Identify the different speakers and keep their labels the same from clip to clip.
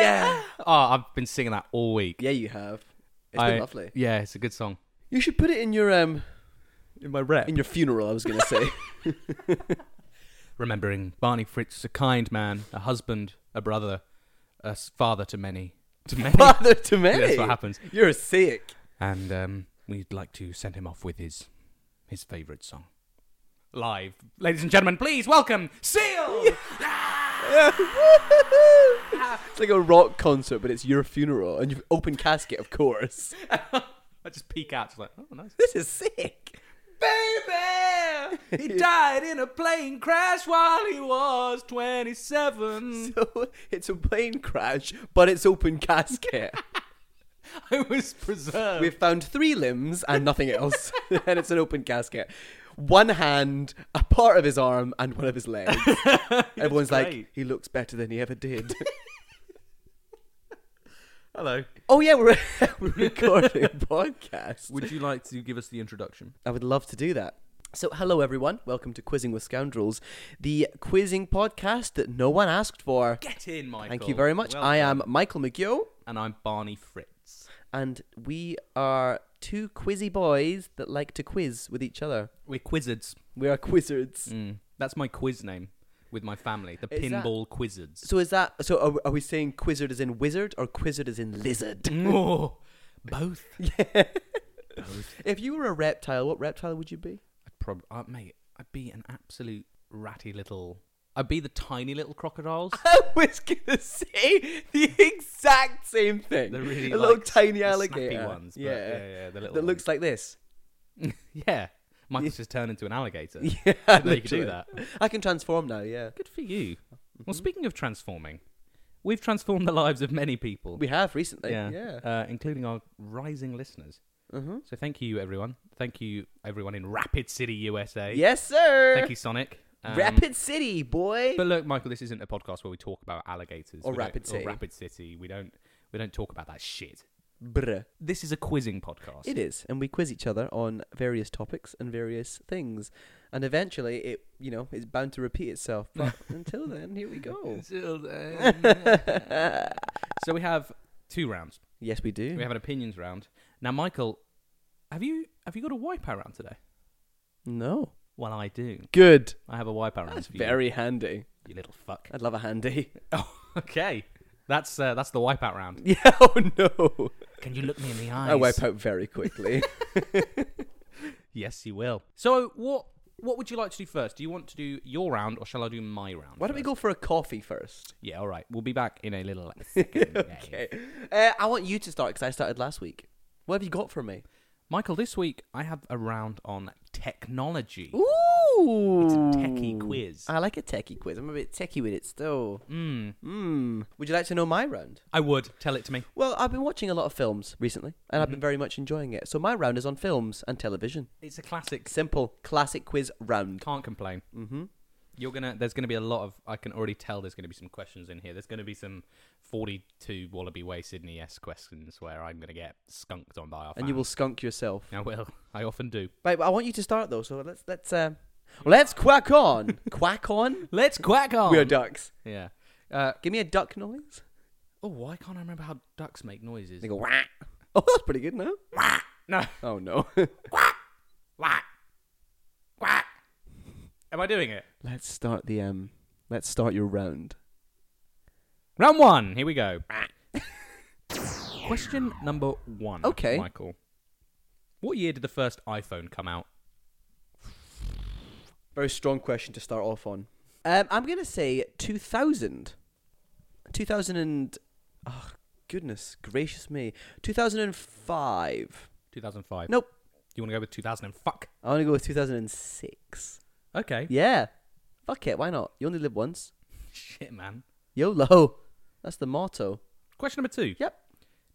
Speaker 1: Oh, I've been singing that all week.
Speaker 2: Yeah, you have. It's
Speaker 1: I-
Speaker 2: been lovely.
Speaker 1: Yeah, it's a good song.
Speaker 2: You should put it in your um
Speaker 1: In my rep.
Speaker 2: in your funeral. I was gonna say.
Speaker 1: Remembering Barney Fritz is a kind man, a husband, a brother, a s- father to many. To many.
Speaker 2: Father to many.
Speaker 1: That's what happens.
Speaker 2: You're a sick.
Speaker 1: And um, we'd like to send him off with his his favourite song. Live. Ladies and gentlemen, please welcome Seal!
Speaker 2: it's like a rock concert, but it's your funeral, and you've open casket, of course.
Speaker 1: I just peek out, just like, oh, nice.
Speaker 2: This is sick.
Speaker 1: Baby! He died in a plane crash while he was 27.
Speaker 2: So it's a plane crash, but it's open casket.
Speaker 1: I was preserved.
Speaker 2: We've found three limbs and nothing else, and it's an open casket. One hand, a part of his arm, and one of his legs. Everyone's
Speaker 1: great.
Speaker 2: like, he looks better than he ever did.
Speaker 1: Hello.
Speaker 2: oh yeah, we're, we're recording a podcast.
Speaker 1: Would you like to give us the introduction?
Speaker 2: I would love to do that. So, hello everyone. Welcome to Quizzing with Scoundrels, the quizzing podcast that no one asked for.
Speaker 1: Get in, Michael.
Speaker 2: Thank you very much. I am
Speaker 1: Welcome.
Speaker 2: Michael McGill,
Speaker 1: And I'm Barney Fritz.
Speaker 2: and we are two quizzy boys that like to quiz with each other.
Speaker 1: We're Quizzards.
Speaker 2: We are quizzards.
Speaker 1: Mm. That's my quiz name with my family, the
Speaker 2: Is that-
Speaker 1: Pinball Quizzards.
Speaker 2: So is that so? Are, are we saying quizzard as in wizard or quizzard as in lizard?
Speaker 1: Oh, both.
Speaker 2: If you were a reptile, what reptile would you be?
Speaker 1: I'd probably, uh, mate, I'd be an absolute ratty little. I'd be the tiny little crocodiles.
Speaker 2: I was gonna say the exact same thing.
Speaker 1: They're really
Speaker 2: a little
Speaker 1: like
Speaker 2: tiny
Speaker 1: the
Speaker 2: alligator.
Speaker 1: snappy ones. But
Speaker 2: yeah.
Speaker 1: yeah, yeah, yeah, the little.
Speaker 2: that looks like this.
Speaker 1: ones. yeah. Michael's just turned into an alligator.
Speaker 2: Yeah,
Speaker 1: They could do that.
Speaker 2: I can transform now. Yeah,
Speaker 1: Good for you.
Speaker 2: Mm-hmm.
Speaker 1: Well, speaking of transforming, we've transformed the lives of many people.
Speaker 2: we have recently.
Speaker 1: yeah,
Speaker 2: Yeah,
Speaker 1: Uh, including our rising listeners.
Speaker 2: hmm
Speaker 1: So thank you, everyone. Thank you, everyone in Rapid City, USA.
Speaker 2: yes, sir.
Speaker 1: Thank you, Sonic. Um,
Speaker 2: Rapid City, boy.
Speaker 1: But look, Michael, this isn't a podcast where we talk about alligators
Speaker 2: Or
Speaker 1: We don't-
Speaker 2: Rapid City.
Speaker 1: Or Rapid City. We don't. We don't talk about that shit.
Speaker 2: Bruh.
Speaker 1: This is a quizzing podcast.
Speaker 2: It is, and we quiz each other on various topics and various things, and eventually it, you know, is bound to repeat itself. But until then, here we go.
Speaker 1: Until then. so we have two rounds.
Speaker 2: Yes, we do.
Speaker 1: We have an opinions round. Now, Michael, have you have you got a wipeout round today?
Speaker 2: no.
Speaker 1: Well, I do.
Speaker 2: Good.
Speaker 1: I have a wipeout round
Speaker 2: That's
Speaker 1: for you,
Speaker 2: very handy.
Speaker 1: you little fuck.
Speaker 2: I'd love a handy.
Speaker 1: Oh, okay. That's uh, that's the wipeout round.
Speaker 2: Yeah. Oh no.
Speaker 1: Can you look me in the eyes?
Speaker 2: I wipe out very quickly.
Speaker 1: Yes, you will. So, what what would you like to do first? Do you want to do your round, or shall I do my round?
Speaker 2: Why don't we
Speaker 1: first?
Speaker 2: go for a coffee first?
Speaker 1: Yeah, all right. We'll be back in a little second. okay.
Speaker 2: Okay. Uh, I want you to start because I started last week. What have you got for me?
Speaker 1: Michael, this week I have a round on technology.
Speaker 2: Ooh.
Speaker 1: It's a techie quiz.
Speaker 2: I like a techie quiz. I'm a bit techie with it still.
Speaker 1: Mm,
Speaker 2: Hmm. Would you like to know my round?
Speaker 1: I would. Tell it to me.
Speaker 2: Well, I've been watching a lot of films recently, and I've
Speaker 1: Mm-hmm.
Speaker 2: been very much enjoying it. So my round is on films and television.
Speaker 1: It's a classic.
Speaker 2: Simple, classic quiz round.
Speaker 1: Can't complain.
Speaker 2: Mm-hmm.
Speaker 1: You're gonna. There's gonna be a lot of. I can already tell. There's gonna be some questions in here. There's gonna be some 42 Wallaby Way Sydney S questions where I'm gonna get skunked on by our.
Speaker 2: And you will skunk yourself.
Speaker 1: fans. I will. I often do.
Speaker 2: Right, but I want you to start though. So let's let's um, let's quack on. quack on.
Speaker 1: Let's quack on.
Speaker 2: We are ducks.
Speaker 1: Yeah. Uh,
Speaker 2: Give me a duck noise.
Speaker 1: oh, why can't I remember how ducks make noises?
Speaker 2: They go whack. Oh, that's pretty good, no?
Speaker 1: No.
Speaker 2: Oh no.
Speaker 1: Quack. Quack. Am I doing it?
Speaker 2: let's start the um. Let's start your round.
Speaker 1: Round one. Here we go. Question number one.
Speaker 2: Okay.
Speaker 1: Michael. What year did the first iPhone come out?
Speaker 2: Very strong question to start off on. Um, I'm gonna say 2000. 2000 and oh goodness gracious me, 2005.
Speaker 1: 2005.
Speaker 2: Nope.
Speaker 1: Do you want to go with 2000 and fuck?
Speaker 2: I want to go with 2006.
Speaker 1: Okay.
Speaker 2: Yeah, fuck it, why not? You only live once.
Speaker 1: Shit, man.
Speaker 2: YOLO. That's the motto.
Speaker 1: Question number two.
Speaker 2: Yep.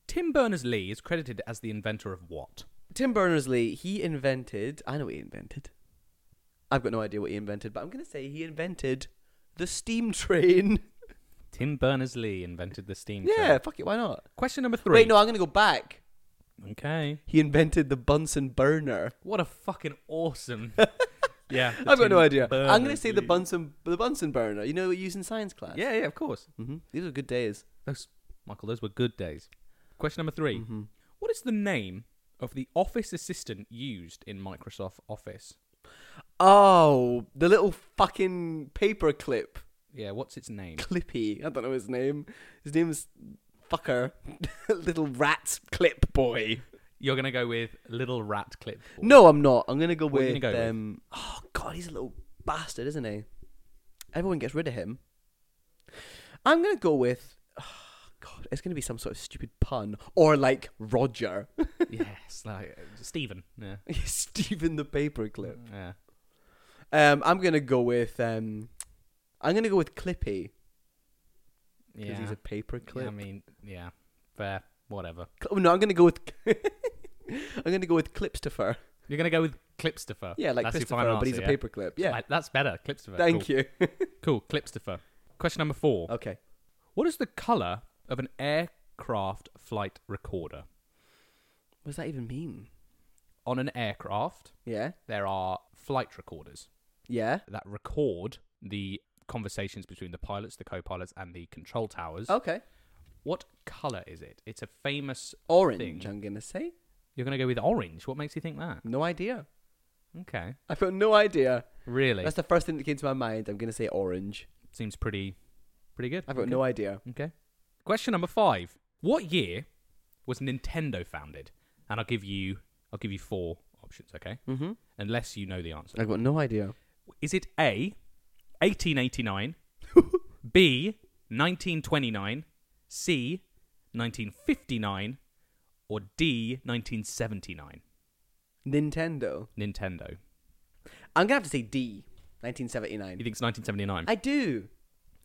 Speaker 1: Tim Berners-Lee is credited as the inventor of what?
Speaker 2: Tim Berners-Lee, he invented. I know what he invented. I've got no idea what he invented, but I'm gonna say he invented the steam train.
Speaker 1: Tim Berners-Lee invented the steam
Speaker 2: Yeah,
Speaker 1: train.
Speaker 2: fuck it, why not?
Speaker 1: Question number three.
Speaker 2: Wait, no, I'm gonna go back.
Speaker 1: Okay.
Speaker 2: He invented the Bunsen burner.
Speaker 1: What a fucking awesome. yeah. the
Speaker 2: I've got
Speaker 1: Tim
Speaker 2: no idea. I'm gonna say the
Speaker 1: Berners-Lee.
Speaker 2: Bunsen the Bunsen burner. You know, what you use in science class.
Speaker 1: Yeah, yeah, of course.
Speaker 2: hmm These are good days.
Speaker 1: Those Michael, those were good days. Question number 3
Speaker 2: Mhm.
Speaker 1: What is the name of the office assistant used in Microsoft Office?
Speaker 2: Oh, the little fucking paper clip.
Speaker 1: Yeah, what's its name?
Speaker 2: Clippy. I don't know his name. His name is fucker. little rat clip boy.
Speaker 1: You're gonna go with Little Rat Clip.
Speaker 2: No, I'm not. I'm gonna go
Speaker 1: What are you
Speaker 2: with
Speaker 1: gonna go with?
Speaker 2: um. Oh God, he's a little bastard, isn't he? Everyone gets rid of him. I'm gonna go with. oh, God, it's gonna be some sort of stupid pun or like Roger,
Speaker 1: yes, like uh, Stephen. Yeah.
Speaker 2: Stephen the paperclip.
Speaker 1: Yeah.
Speaker 2: Um, I'm gonna go with um, I'm gonna go with Clippy because
Speaker 1: Yeah.
Speaker 2: he's a paperclip.
Speaker 1: I mean, yeah. Fair. Whatever.
Speaker 2: Cl- no, I'm gonna go with. I'm gonna go with Clipstifer.
Speaker 1: You're gonna go with Clipstifer.
Speaker 2: Yeah, like
Speaker 1: that's your
Speaker 2: Christopher,
Speaker 1: final
Speaker 2: but he's
Speaker 1: answer,
Speaker 2: a paperclip. Yeah,
Speaker 1: Like, that's better. Clipstifer.
Speaker 2: thank
Speaker 1: cool.
Speaker 2: you. Uh,
Speaker 1: Cool. Clipstifer. Question number four.
Speaker 2: okay,
Speaker 1: What is the color of an aircraft flight recorder?
Speaker 2: what does that even mean?
Speaker 1: On an aircraft,
Speaker 2: Yeah,
Speaker 1: there are flight recorders
Speaker 2: yeah.
Speaker 1: that record the conversations between the pilots, the co-pilots, and the control towers.
Speaker 2: Okay.
Speaker 1: What color is it? It's a famous
Speaker 2: Orange,
Speaker 1: thing.
Speaker 2: I'm going to say.
Speaker 1: You're going to go with orange. What makes you think that?
Speaker 2: No idea.
Speaker 1: Okay.
Speaker 2: I've got no idea.
Speaker 1: Really?
Speaker 2: That's the first thing that came to my mind. I'm going to say orange.
Speaker 1: Seems pretty pretty good.
Speaker 2: I've got
Speaker 1: okay.
Speaker 2: no idea.
Speaker 1: Okay. Question number 5. What year was Nintendo founded? And I'll give you I'll give you four options, okay?
Speaker 2: Mm-hmm.
Speaker 1: Unless you know the answer.
Speaker 2: I've got no idea.
Speaker 1: Is it A 1889, B 1929, C 1959 or D 1979?
Speaker 2: Nintendo.
Speaker 1: Nintendo.
Speaker 2: I'm going to have to say D, 1979.
Speaker 1: You think it's 1979?
Speaker 2: I do.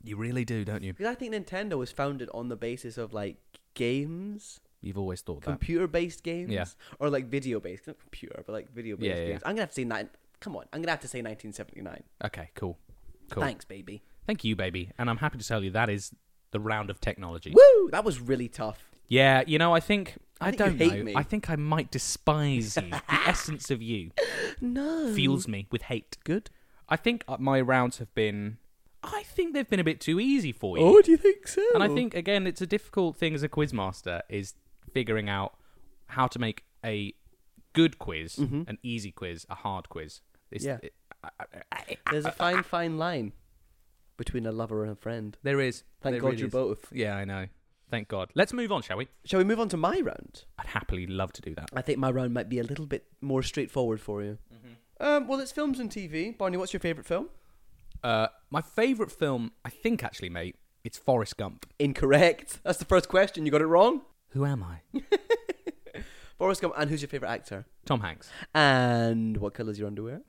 Speaker 1: You really do, don't you?
Speaker 2: Because I think Nintendo was founded on the basis of like games,
Speaker 1: You've always thought that.
Speaker 2: computer based games.
Speaker 1: Yeah.
Speaker 2: Or like video based. Not computer, but like video based
Speaker 1: Yeah, yeah,
Speaker 2: games. I'm going to have to say nine. Come on. I'm going to have to say 1979.
Speaker 1: Okay, cool. Cool.
Speaker 2: Thanks, baby.
Speaker 1: Thank you, baby. And I'm happy to tell you that is the round of technology.
Speaker 2: Woo! That was really tough.
Speaker 1: Yeah, you know, I think I,
Speaker 2: think you
Speaker 1: don't
Speaker 2: hate
Speaker 1: know.
Speaker 2: me.
Speaker 1: I think I might despise you. the essence of you
Speaker 2: No.
Speaker 1: fuels me with hate.
Speaker 2: good.
Speaker 1: I think uh, my rounds have been. I think they've been a bit too easy for you.
Speaker 2: Oh, do you think so?
Speaker 1: And I think again, it's a difficult thing as a quizmaster is figuring out how to make a good quiz, an easy quiz, a hard quiz. It's,
Speaker 2: Mm-hmm. Yeah.
Speaker 1: it- I- I- I-
Speaker 2: There's a fine, fine line between a lover and a friend.
Speaker 1: there is.
Speaker 2: Thank
Speaker 1: There
Speaker 2: God
Speaker 1: really
Speaker 2: you
Speaker 1: is.
Speaker 2: both.
Speaker 1: Yeah, I know. Thank God. Let's move on, shall we?
Speaker 2: Shall we move on to my round?
Speaker 1: I'd happily love to do that.
Speaker 2: I think my round might be a little bit more straightforward for you.
Speaker 1: Mm-hmm.
Speaker 2: Um, well, it's films and TV. Barney, what's your favourite film?
Speaker 1: Uh, my favourite film, I think, actually, mate, it's Forrest Gump.
Speaker 2: Incorrect. That's the first question. You got it wrong.
Speaker 1: Who am I?
Speaker 2: Forrest Gump. And who's your favourite actor?
Speaker 1: Tom Hanks.
Speaker 2: And what colour's your underwear?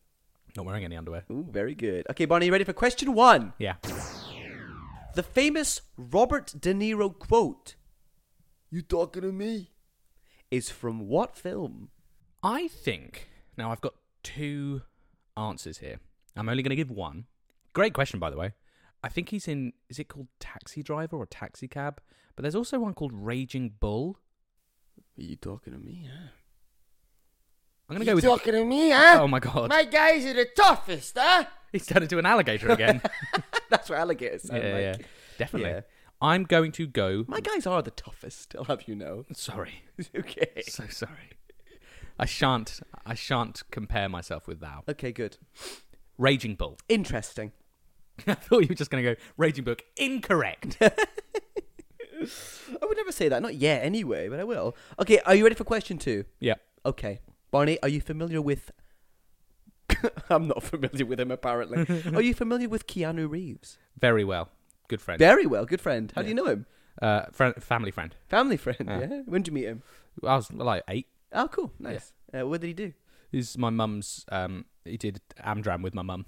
Speaker 1: Not wearing any underwear.
Speaker 2: Ooh, very good. Okay, Barney, you ready for question one?
Speaker 1: Yeah.
Speaker 2: The famous Robert De Niro quote, You talking to me? Is from what film?
Speaker 1: I think now I've got two answers here. I'm only going to give one. Great question, by the way. I think he's in. Is it called Taxi Driver or Taxi Cab? But there's also one called Raging Bull.
Speaker 2: Are you talking to me? Huh?
Speaker 1: I'm going to go with.
Speaker 2: talking to me,
Speaker 1: Oh my god!
Speaker 2: My guys are the toughest, huh?
Speaker 1: He's turned into an alligator again.
Speaker 2: That's what alligators sound
Speaker 1: yeah, yeah,
Speaker 2: like.
Speaker 1: definitely.
Speaker 2: Yeah.
Speaker 1: I'm going to go.
Speaker 2: My guys are the toughest. I'll have you know.
Speaker 1: Sorry,
Speaker 2: okay.
Speaker 1: so sorry. I shan't. I shan't compare myself with thou.
Speaker 2: Okay, good.
Speaker 1: Raging Bull.
Speaker 2: Interesting.
Speaker 1: I thought you were just going to go Raging Book. Incorrect.
Speaker 2: I would never say that. Not yet, anyway, but I will. Okay, are you ready for question two?
Speaker 1: yeah.
Speaker 2: Okay, Barney, are you familiar with? I'm not familiar with him. Apparently, are you familiar with Keanu Reeves?
Speaker 1: Very well. Good friend.
Speaker 2: Very well, good friend. How do you know him?
Speaker 1: Uh, friend, family friend.
Speaker 2: Family friend.
Speaker 1: Ah.
Speaker 2: Yeah. When did you meet him?
Speaker 1: I was like eight.
Speaker 2: Oh, cool. Nice. Uh, what did he do?
Speaker 1: This is my mum's. Um, he did Amdram with my mum.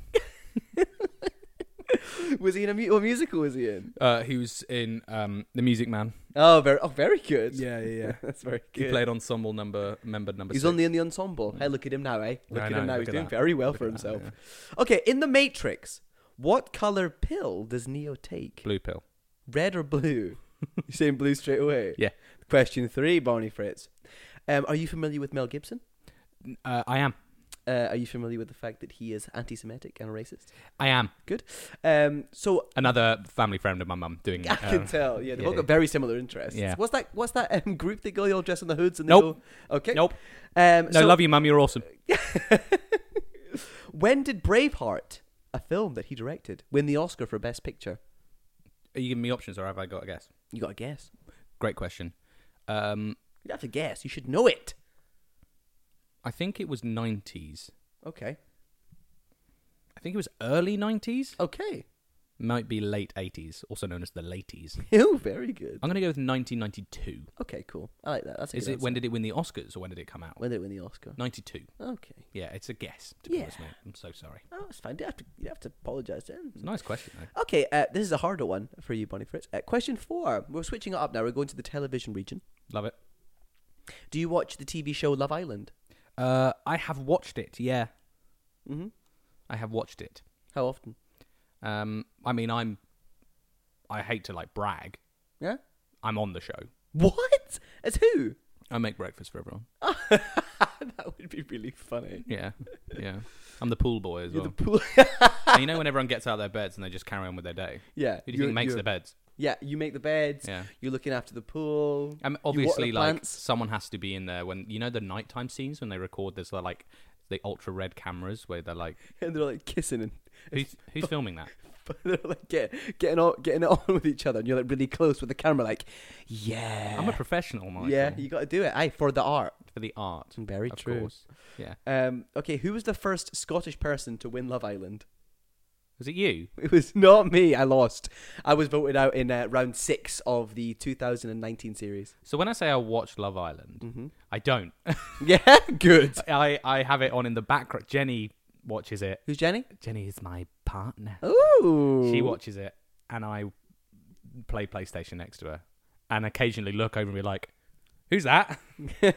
Speaker 2: Was he in a mu- what musical? Was he in?
Speaker 1: Uh, he was in um, the Music Man.
Speaker 2: Oh, very, oh, very good.
Speaker 1: yeah,
Speaker 2: That's very
Speaker 1: He
Speaker 2: good.
Speaker 1: played ensemble number member number.
Speaker 2: He's
Speaker 1: six.
Speaker 2: only in the ensemble. Hey, look at him now, eh? Look
Speaker 1: I
Speaker 2: at
Speaker 1: know,
Speaker 2: him now.
Speaker 1: look
Speaker 2: He's
Speaker 1: at
Speaker 2: doing
Speaker 1: that.
Speaker 2: very well
Speaker 1: Look
Speaker 2: for
Speaker 1: at that,
Speaker 2: himself. Okay, in the Matrix, what color pill does Neo take?
Speaker 1: blue pill.
Speaker 2: Red or blue? You're saying blue straight away.
Speaker 1: Yeah.
Speaker 2: Question three, Barney Fritz. Um, are you familiar with Mel Gibson?
Speaker 1: Uh, I am.
Speaker 2: Uh, are you familiar with the fact that he is anti-Semitic and a racist?
Speaker 1: I am
Speaker 2: Um, so
Speaker 1: another family friend of my mum doing.
Speaker 2: I can
Speaker 1: um,
Speaker 2: tell, yeah, they've
Speaker 1: yeah.
Speaker 2: all got very similar interests.
Speaker 1: Yeah.
Speaker 2: What's that? What's that um, group that go all dressed in the hoods and they
Speaker 1: Nope.
Speaker 2: go? Okay.
Speaker 1: Nope.
Speaker 2: Um,
Speaker 1: No,
Speaker 2: so
Speaker 1: love you, mum. You're awesome.
Speaker 2: When did Braveheart, a film that he directed, win the Oscar for Best Picture?
Speaker 1: Are you giving me options, or have I got a guess?
Speaker 2: You got to guess.
Speaker 1: Great question. Um,
Speaker 2: You don't have to guess. You should know it.
Speaker 1: I think it was 90s.
Speaker 2: Okay.
Speaker 1: I think it was early 90s.
Speaker 2: Okay.
Speaker 1: Might be late 80s, also known as the laties.
Speaker 2: Oh, very good.
Speaker 1: I'm going to go with 1992.
Speaker 2: Okay, cool. I like that. That's a
Speaker 1: Is
Speaker 2: good
Speaker 1: it when
Speaker 2: answer.
Speaker 1: did it win the Oscars, or when did it come out?
Speaker 2: when did it win the Oscar?
Speaker 1: 92.
Speaker 2: Okay.
Speaker 1: Yeah, it's a guess. To be
Speaker 2: Yeah.
Speaker 1: honest, mate. I'm so sorry.
Speaker 2: Oh, it's fine. You have to. You have to apologize then.
Speaker 1: It's a nice question though.
Speaker 2: Okay, uh, this is a harder one for you, Bonnie Fritz. Uh, question four. We're switching it up now. We're going to the television region.
Speaker 1: Love it.
Speaker 2: Do you watch the TV show Love Island?
Speaker 1: Uh, I have watched it. Yeah,
Speaker 2: Mm-hmm.
Speaker 1: I have watched it.
Speaker 2: How often?
Speaker 1: Um, I mean, I'm. I hate to like brag.
Speaker 2: Yeah.
Speaker 1: I'm on the show.
Speaker 2: What? As who?
Speaker 1: I make breakfast for everyone.
Speaker 2: that would be really funny.
Speaker 1: Yeah, yeah. I'm the pool boy as
Speaker 2: You're
Speaker 1: well.
Speaker 2: the pool.
Speaker 1: And you know when everyone gets out of their beds and they just carry on with their day.
Speaker 2: yeah.
Speaker 1: Who do you
Speaker 2: you're-
Speaker 1: think makes
Speaker 2: you're-
Speaker 1: the beds?
Speaker 2: Yeah, you make the beds.
Speaker 1: Yeah.
Speaker 2: You're looking after the pool.
Speaker 1: Um, obviously,
Speaker 2: the
Speaker 1: like
Speaker 2: plants?
Speaker 1: someone has to be in there when you know the nighttime scenes when they record. There's the, like the ultra red cameras where they're like,
Speaker 2: And they're like kissing and
Speaker 1: who's who's filming that?
Speaker 2: but they're like get, getting on, getting it on with each other, and you're like really close with the camera, like, yeah,
Speaker 1: I'm a professional, Michael.
Speaker 2: yeah, you got to do it, aye, for the art.
Speaker 1: for the art.
Speaker 2: Mm, Very
Speaker 1: of
Speaker 2: true.
Speaker 1: course. Yeah.
Speaker 2: Um, okay, who was the first Scottish person to win Love Island?
Speaker 1: Was it you?
Speaker 2: It was not me. I lost. I was voted out in uh, round six of the 2019 series.
Speaker 1: So when I say I watch Love Island,
Speaker 2: Mm-hmm.
Speaker 1: I don't.
Speaker 2: Yeah, good.
Speaker 1: I, I have it on in the background. Jenny watches it.
Speaker 2: Who's Jenny?
Speaker 1: Jenny is my partner.
Speaker 2: Ooh,
Speaker 1: She watches it, and I play PlayStation next to her, and occasionally look over and be like, "Who's that?"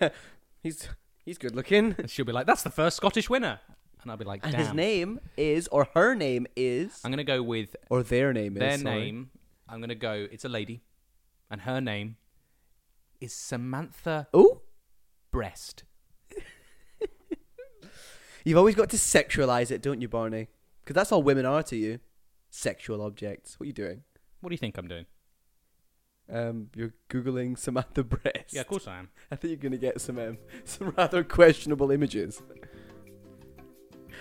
Speaker 2: he's he's good looking,
Speaker 1: And she'll be like, "That's the first Scottish winner," and I'll be like,
Speaker 2: and
Speaker 1: "Damn."
Speaker 2: his name is, or her name is,
Speaker 1: I'm gonna go with
Speaker 2: or their name is.
Speaker 1: their
Speaker 2: sorry.
Speaker 1: name. I'm gonna go. It's a lady, and her name is Samantha
Speaker 2: Ooh,
Speaker 1: Breast.
Speaker 2: you've always got to sexualize it, don't you, Barney? Because that's all women are to you, sexual objects. What are you doing?
Speaker 1: What do you think I'm doing?
Speaker 2: Um, you're googling Samantha Breast.
Speaker 1: Yeah, of course I am.
Speaker 2: I think you're gonna get some um, some rather questionable images.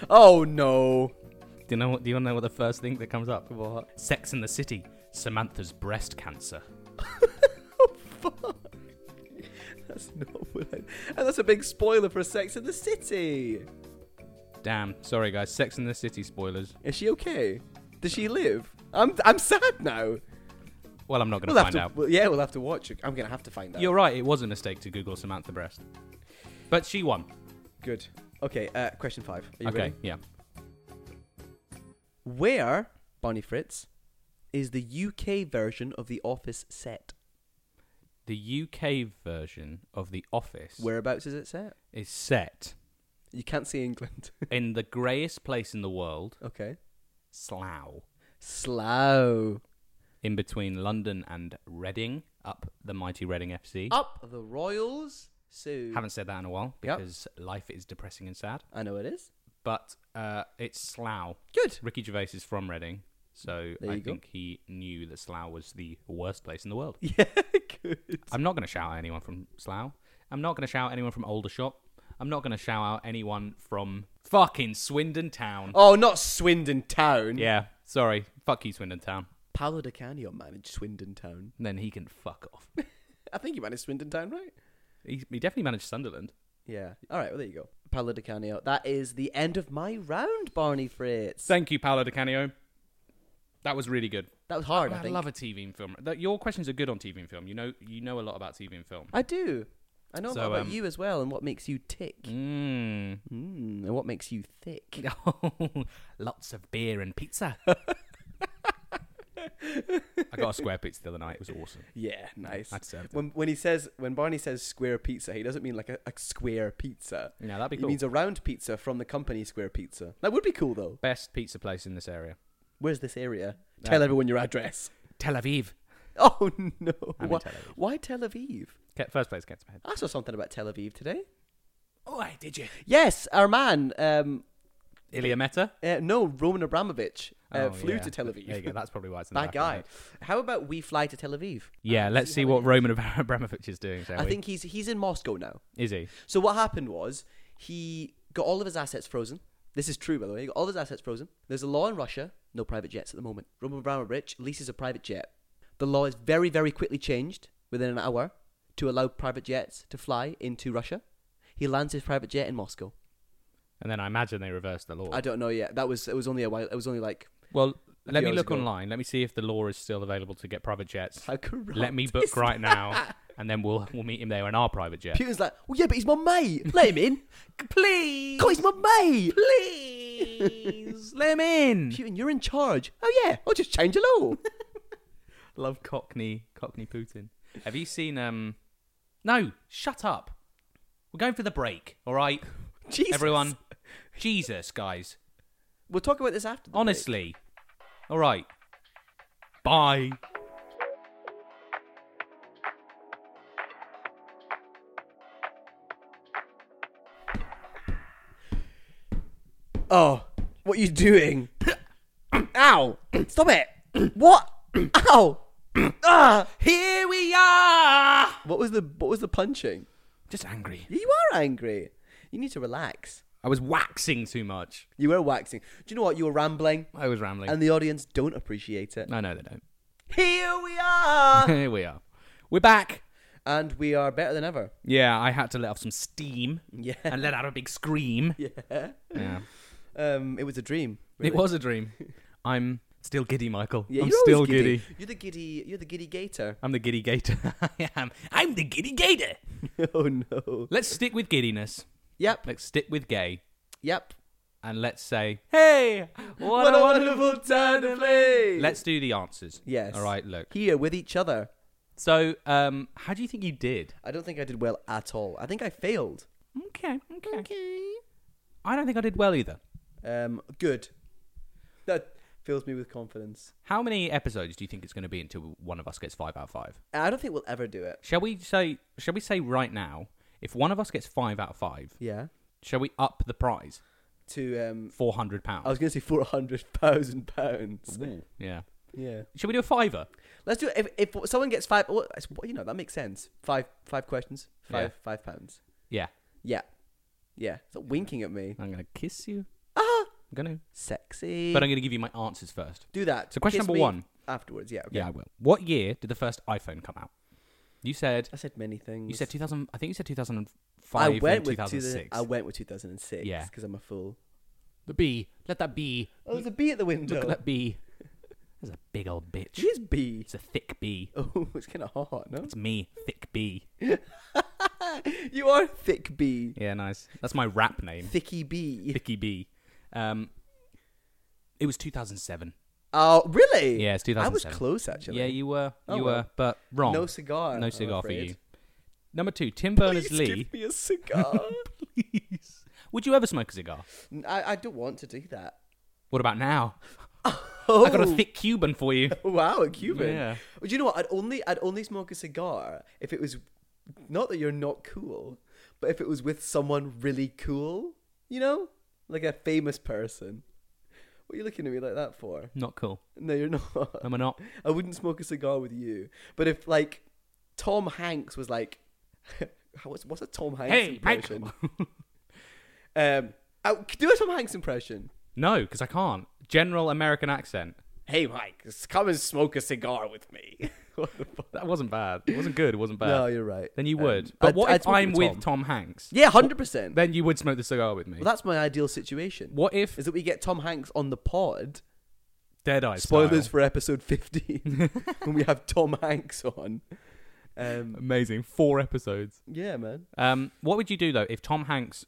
Speaker 2: Oh no!
Speaker 1: Do you know what? Do you want to know what the first thing that comes up?
Speaker 2: What?
Speaker 1: Sex in the City. Samantha's breast cancer.
Speaker 2: That's not what I... And that's a big spoiler for Sex in the City.
Speaker 1: Damn. Sorry, guys. Sex in the City spoilers.
Speaker 2: Is she okay? Does she live? I'm I'm sad now.
Speaker 1: Well, I'm not going
Speaker 2: we'll
Speaker 1: to
Speaker 2: have
Speaker 1: find
Speaker 2: to.
Speaker 1: out.
Speaker 2: well, yeah, we'll have to watch. it. I'm gonna have to find out.
Speaker 1: You're right. It was a mistake to Google Samantha breast, but she won.
Speaker 2: good. Okay. Uh, question five. Are you
Speaker 1: okay.
Speaker 2: ready?
Speaker 1: Yeah.
Speaker 2: Where Bonnie Fritz is the UK version of The Office set?
Speaker 1: The UK version of The Office is
Speaker 2: Whereabouts is it set?
Speaker 1: set
Speaker 2: You can't see England.
Speaker 1: in the greyest place in the world,
Speaker 2: okay.
Speaker 1: Slough,
Speaker 2: Slough.
Speaker 1: in between London and Reading, up the mighty Reading FC.
Speaker 2: Up the Royals. So
Speaker 1: Haven't said that in a while
Speaker 2: Yep.
Speaker 1: because life is depressing and sad.
Speaker 2: I know it is.
Speaker 1: But uh, it's Slough.
Speaker 2: Good.
Speaker 1: Ricky Gervais is from Reading, so
Speaker 2: There
Speaker 1: I
Speaker 2: you go.
Speaker 1: think he knew that Slough was the worst place in the world.
Speaker 2: Yeah, good.
Speaker 1: I'm not going to shout out anyone from Slough. I'm not going to shout out anyone from Aldershot. I'm not going to shout out anyone from fucking Swindon Town.
Speaker 2: Oh, not Swindon Town.
Speaker 1: Yeah, sorry. Fuck you, Swindon Town.
Speaker 2: Paolo Di Canio managed Swindon Town.
Speaker 1: Then he can fuck off.
Speaker 2: I think he managed Swindon Town, right?
Speaker 1: he, he definitely managed Sunderland.
Speaker 2: Yeah. All right, well, there you go. Paolo Di Canio. That is the end of my round, Barney Fritz.
Speaker 1: Thank you, Paolo Di Canio. That was really good. Oh,
Speaker 2: That was hard, I,
Speaker 1: I
Speaker 2: think.
Speaker 1: love a TV and film. Th- Your questions are good on TV and film. You know, you know a lot about TV and film.
Speaker 2: I do. I know a lot
Speaker 1: So,
Speaker 2: about
Speaker 1: um,
Speaker 2: you as well and what makes you tick. Mm.
Speaker 1: Mmm.
Speaker 2: and what makes you thick. oh,
Speaker 1: Lots of beer and pizza. I got a square pizza the other night. It was awesome.
Speaker 2: Yeah, nice.
Speaker 1: I deserved it.
Speaker 2: When, when he says when Barney says square pizza, he doesn't mean like a, a square pizza.
Speaker 1: Yeah, that'd be
Speaker 2: He
Speaker 1: cool.
Speaker 2: means a round pizza from the company Square Pizza. That would be cool though.
Speaker 1: Best pizza place in this area.
Speaker 2: Where's this area?
Speaker 1: That-
Speaker 2: Tell everyone your address.
Speaker 1: Tel Aviv.
Speaker 2: Oh no!
Speaker 1: I'm
Speaker 2: Why,
Speaker 1: in Tel Aviv.
Speaker 2: why Tel Aviv?
Speaker 1: Ke- First place gets my head.
Speaker 2: I saw something about Tel Aviv today.
Speaker 1: Oh, I did you?
Speaker 2: Yes, our man, um,
Speaker 1: Ilya Meta?
Speaker 2: uh, no, Roman Abramovich, uh,
Speaker 1: Oh,
Speaker 2: flew
Speaker 1: yeah.
Speaker 2: to Tel Aviv.
Speaker 1: There you go. That's probably why it's in the
Speaker 2: Bad
Speaker 1: back of my
Speaker 2: guy.
Speaker 1: head.
Speaker 2: How about we fly to Tel Aviv?
Speaker 1: Yeah, let's see
Speaker 2: how
Speaker 1: what Roman Abra- Abramovich is doing, shall
Speaker 2: I
Speaker 1: we?
Speaker 2: think he's he's in Moscow now.
Speaker 1: is he?
Speaker 2: So what happened was he got all of his assets frozen. This is true, by the way. He got all of his assets frozen. There's a law in Russia, no private jets at the moment. Roman Abramovich leases a private jet. The law is very, very quickly changed within an hour to allow private jets to fly into Russia. He lands his private jet in Moscow.
Speaker 1: And then I imagine they reversed the law.
Speaker 2: I don't know yet. That was it was only a while. It was only like
Speaker 1: Well,
Speaker 2: A
Speaker 1: let
Speaker 2: few
Speaker 1: me
Speaker 2: hours
Speaker 1: look
Speaker 2: ago.
Speaker 1: online. Let me see if the law is still available to get private jets.
Speaker 2: how corrupt.
Speaker 1: Let me book right now, and then we'll we'll meet him there in our private jet.
Speaker 2: Putin's like, well, yeah, but he's my mate. Let him in.
Speaker 1: Please,
Speaker 2: God, he's my mate.
Speaker 1: please, let him in.
Speaker 2: Putin, you're in charge. Oh yeah, I'll just change the law.
Speaker 1: Love Cockney, Cockney Putin. Have you seen? Um, no, shut up. We're going for the break. All right,
Speaker 2: Jesus.
Speaker 1: everyone. Jesus, guys.
Speaker 2: We'll talk about this after. the break.
Speaker 1: Honestly. All right. Bye.
Speaker 2: Oh, what are you doing? Ow! Stop it! What? Ow! ah!
Speaker 1: Here we are.
Speaker 2: What was the what was the punching?
Speaker 1: Just angry.
Speaker 2: You are angry. You need to relax.
Speaker 1: I was waxing too much.
Speaker 2: You were waxing. Do you know what? You were rambling,
Speaker 1: I was rambling.
Speaker 2: and the audience don't appreciate it.
Speaker 1: I know they don't.
Speaker 2: Here we are,
Speaker 1: Here we are. We're back.
Speaker 2: and we are better than ever.
Speaker 1: Yeah, I had to let off some steam
Speaker 2: Yeah.
Speaker 1: and let out a big scream.
Speaker 2: Yeah.
Speaker 1: Yeah.
Speaker 2: Um, it was a dream.
Speaker 1: It was a dream. I'm still giddy, Michael.
Speaker 2: Yeah,
Speaker 1: I'm
Speaker 2: you're
Speaker 1: still
Speaker 2: always
Speaker 1: giddy.
Speaker 2: You're the giddy. You're the giddy gator.
Speaker 1: I'm the giddy gator. I am. I'm the giddy gator.
Speaker 2: oh no.
Speaker 1: Let's stick with giddiness.
Speaker 2: Yep.
Speaker 1: Let's stick with gay.
Speaker 2: Yep.
Speaker 1: And let's say, hey, what, a wonderful.
Speaker 2: time to play.
Speaker 1: Let's do the answers.
Speaker 2: Yes.
Speaker 1: All right, look.
Speaker 2: here with each other.
Speaker 1: So, um, how do you think you did?
Speaker 2: I don't think I did well at all. I think I failed.
Speaker 1: Okay, okay. I don't think I did well either.
Speaker 2: Um, good. That fills me with confidence.
Speaker 1: How many episodes do you think it's going to be until one of us gets five out of five?
Speaker 2: I don't think we'll ever do it.
Speaker 1: Shall we say? Shall we say right now? If one of us gets five out of five,
Speaker 2: Yeah.
Speaker 1: shall we up the prize?
Speaker 2: To um,
Speaker 1: Four hundred
Speaker 2: I
Speaker 1: pounds.
Speaker 2: was gonna say four hundred thousand pounds.
Speaker 1: Yeah.
Speaker 2: Yeah.
Speaker 1: Shall we do a fiver?
Speaker 2: Let's do it. If, if someone gets five, well, it's- you know that makes sense. Five, five questions, five, five pounds.
Speaker 1: Yeah.
Speaker 2: Yeah. Yeah. Stop winking at me.
Speaker 1: I'm gonna kiss you.
Speaker 2: Ah,
Speaker 1: I'm gonna.
Speaker 2: sexy.
Speaker 1: But I'm gonna give you my answers first.
Speaker 2: do that.
Speaker 1: So question
Speaker 2: Eh. Kiss
Speaker 1: number
Speaker 2: me
Speaker 1: one.
Speaker 2: Afterwards, yeah. Okay.
Speaker 1: Yeah, I will. What year did the first iPhone come out? You said.
Speaker 2: I said many things.
Speaker 1: You said 2000. I think you said 2005
Speaker 2: Um, I went
Speaker 1: and
Speaker 2: with
Speaker 1: 2006.
Speaker 2: 2006. I went with 2006.
Speaker 1: Yeah.
Speaker 2: Because I'm a fool.
Speaker 1: the B. Let that be.
Speaker 2: Oh, there's a bee at the window.
Speaker 1: Look at that B. That's a big old bitch.
Speaker 2: She is bee.
Speaker 1: It's a thick B.
Speaker 2: Oh, it's kind of hot, no?
Speaker 1: It's me, thick B.
Speaker 2: You are thick bee.
Speaker 1: Yeah, nice. That's my rap name.
Speaker 2: Thicky bee.
Speaker 1: Vicky B. Um, it was 2007.
Speaker 2: Oh, really?
Speaker 1: Yeah, it's
Speaker 2: I was
Speaker 1: 2007.
Speaker 2: close, actually.
Speaker 1: Yeah, you were.
Speaker 2: Oh,
Speaker 1: you
Speaker 2: well.
Speaker 1: were, but wrong.
Speaker 2: No cigar.
Speaker 1: No
Speaker 2: I'm
Speaker 1: cigar for
Speaker 2: afraid.
Speaker 1: you. Number two, Tim
Speaker 2: Please
Speaker 1: Berners Lee.
Speaker 2: give me a cigar.
Speaker 1: Please. Would you ever smoke a cigar?
Speaker 2: N- I, I don't want to do that.
Speaker 1: What about now?
Speaker 2: Oh,
Speaker 1: I got a thick Cuban for you.
Speaker 2: wow, a Cuban.
Speaker 1: Yeah.
Speaker 2: Do you know what? I'd only, I'd only smoke a cigar if it was, not that you're not cool, but if it was with someone really cool, you know? Like a famous person. What are you looking at me like that for?
Speaker 1: Not cool.
Speaker 2: No, you're not.
Speaker 1: Am I not?
Speaker 2: I wouldn't smoke a cigar with you. But if like Tom Hanks was like, what's what's a Tom Hanks
Speaker 1: Hey,
Speaker 2: impression?
Speaker 1: Michael.
Speaker 2: Um, I, do a Tom Hanks impression.
Speaker 1: no, because I can't. General American accent.
Speaker 2: Hey, Mike, s- come and smoke a cigar with me. Uh, what the fuck?
Speaker 1: That wasn't bad. It wasn't good. It wasn't bad.
Speaker 2: No, you're right.
Speaker 1: Then you
Speaker 2: Um,
Speaker 1: would. but
Speaker 2: I'd-
Speaker 1: what
Speaker 2: I'd
Speaker 1: if
Speaker 2: smoke it
Speaker 1: I'm with Tom,
Speaker 2: Tom.
Speaker 1: Hanks?
Speaker 2: Yeah, hundred percent. Well,
Speaker 1: Then you would smoke the cigar with me.
Speaker 2: that's my ideal situation.
Speaker 1: what if
Speaker 2: Is that we get Tom Hanks on the pod?
Speaker 1: Deadeye
Speaker 2: Spoilers
Speaker 1: style?
Speaker 2: for episode 15 when we have Tom Hanks on. Um,
Speaker 1: Amazing. Four episodes.
Speaker 2: yeah, man.
Speaker 1: Um, what would you do though if Tom Hanks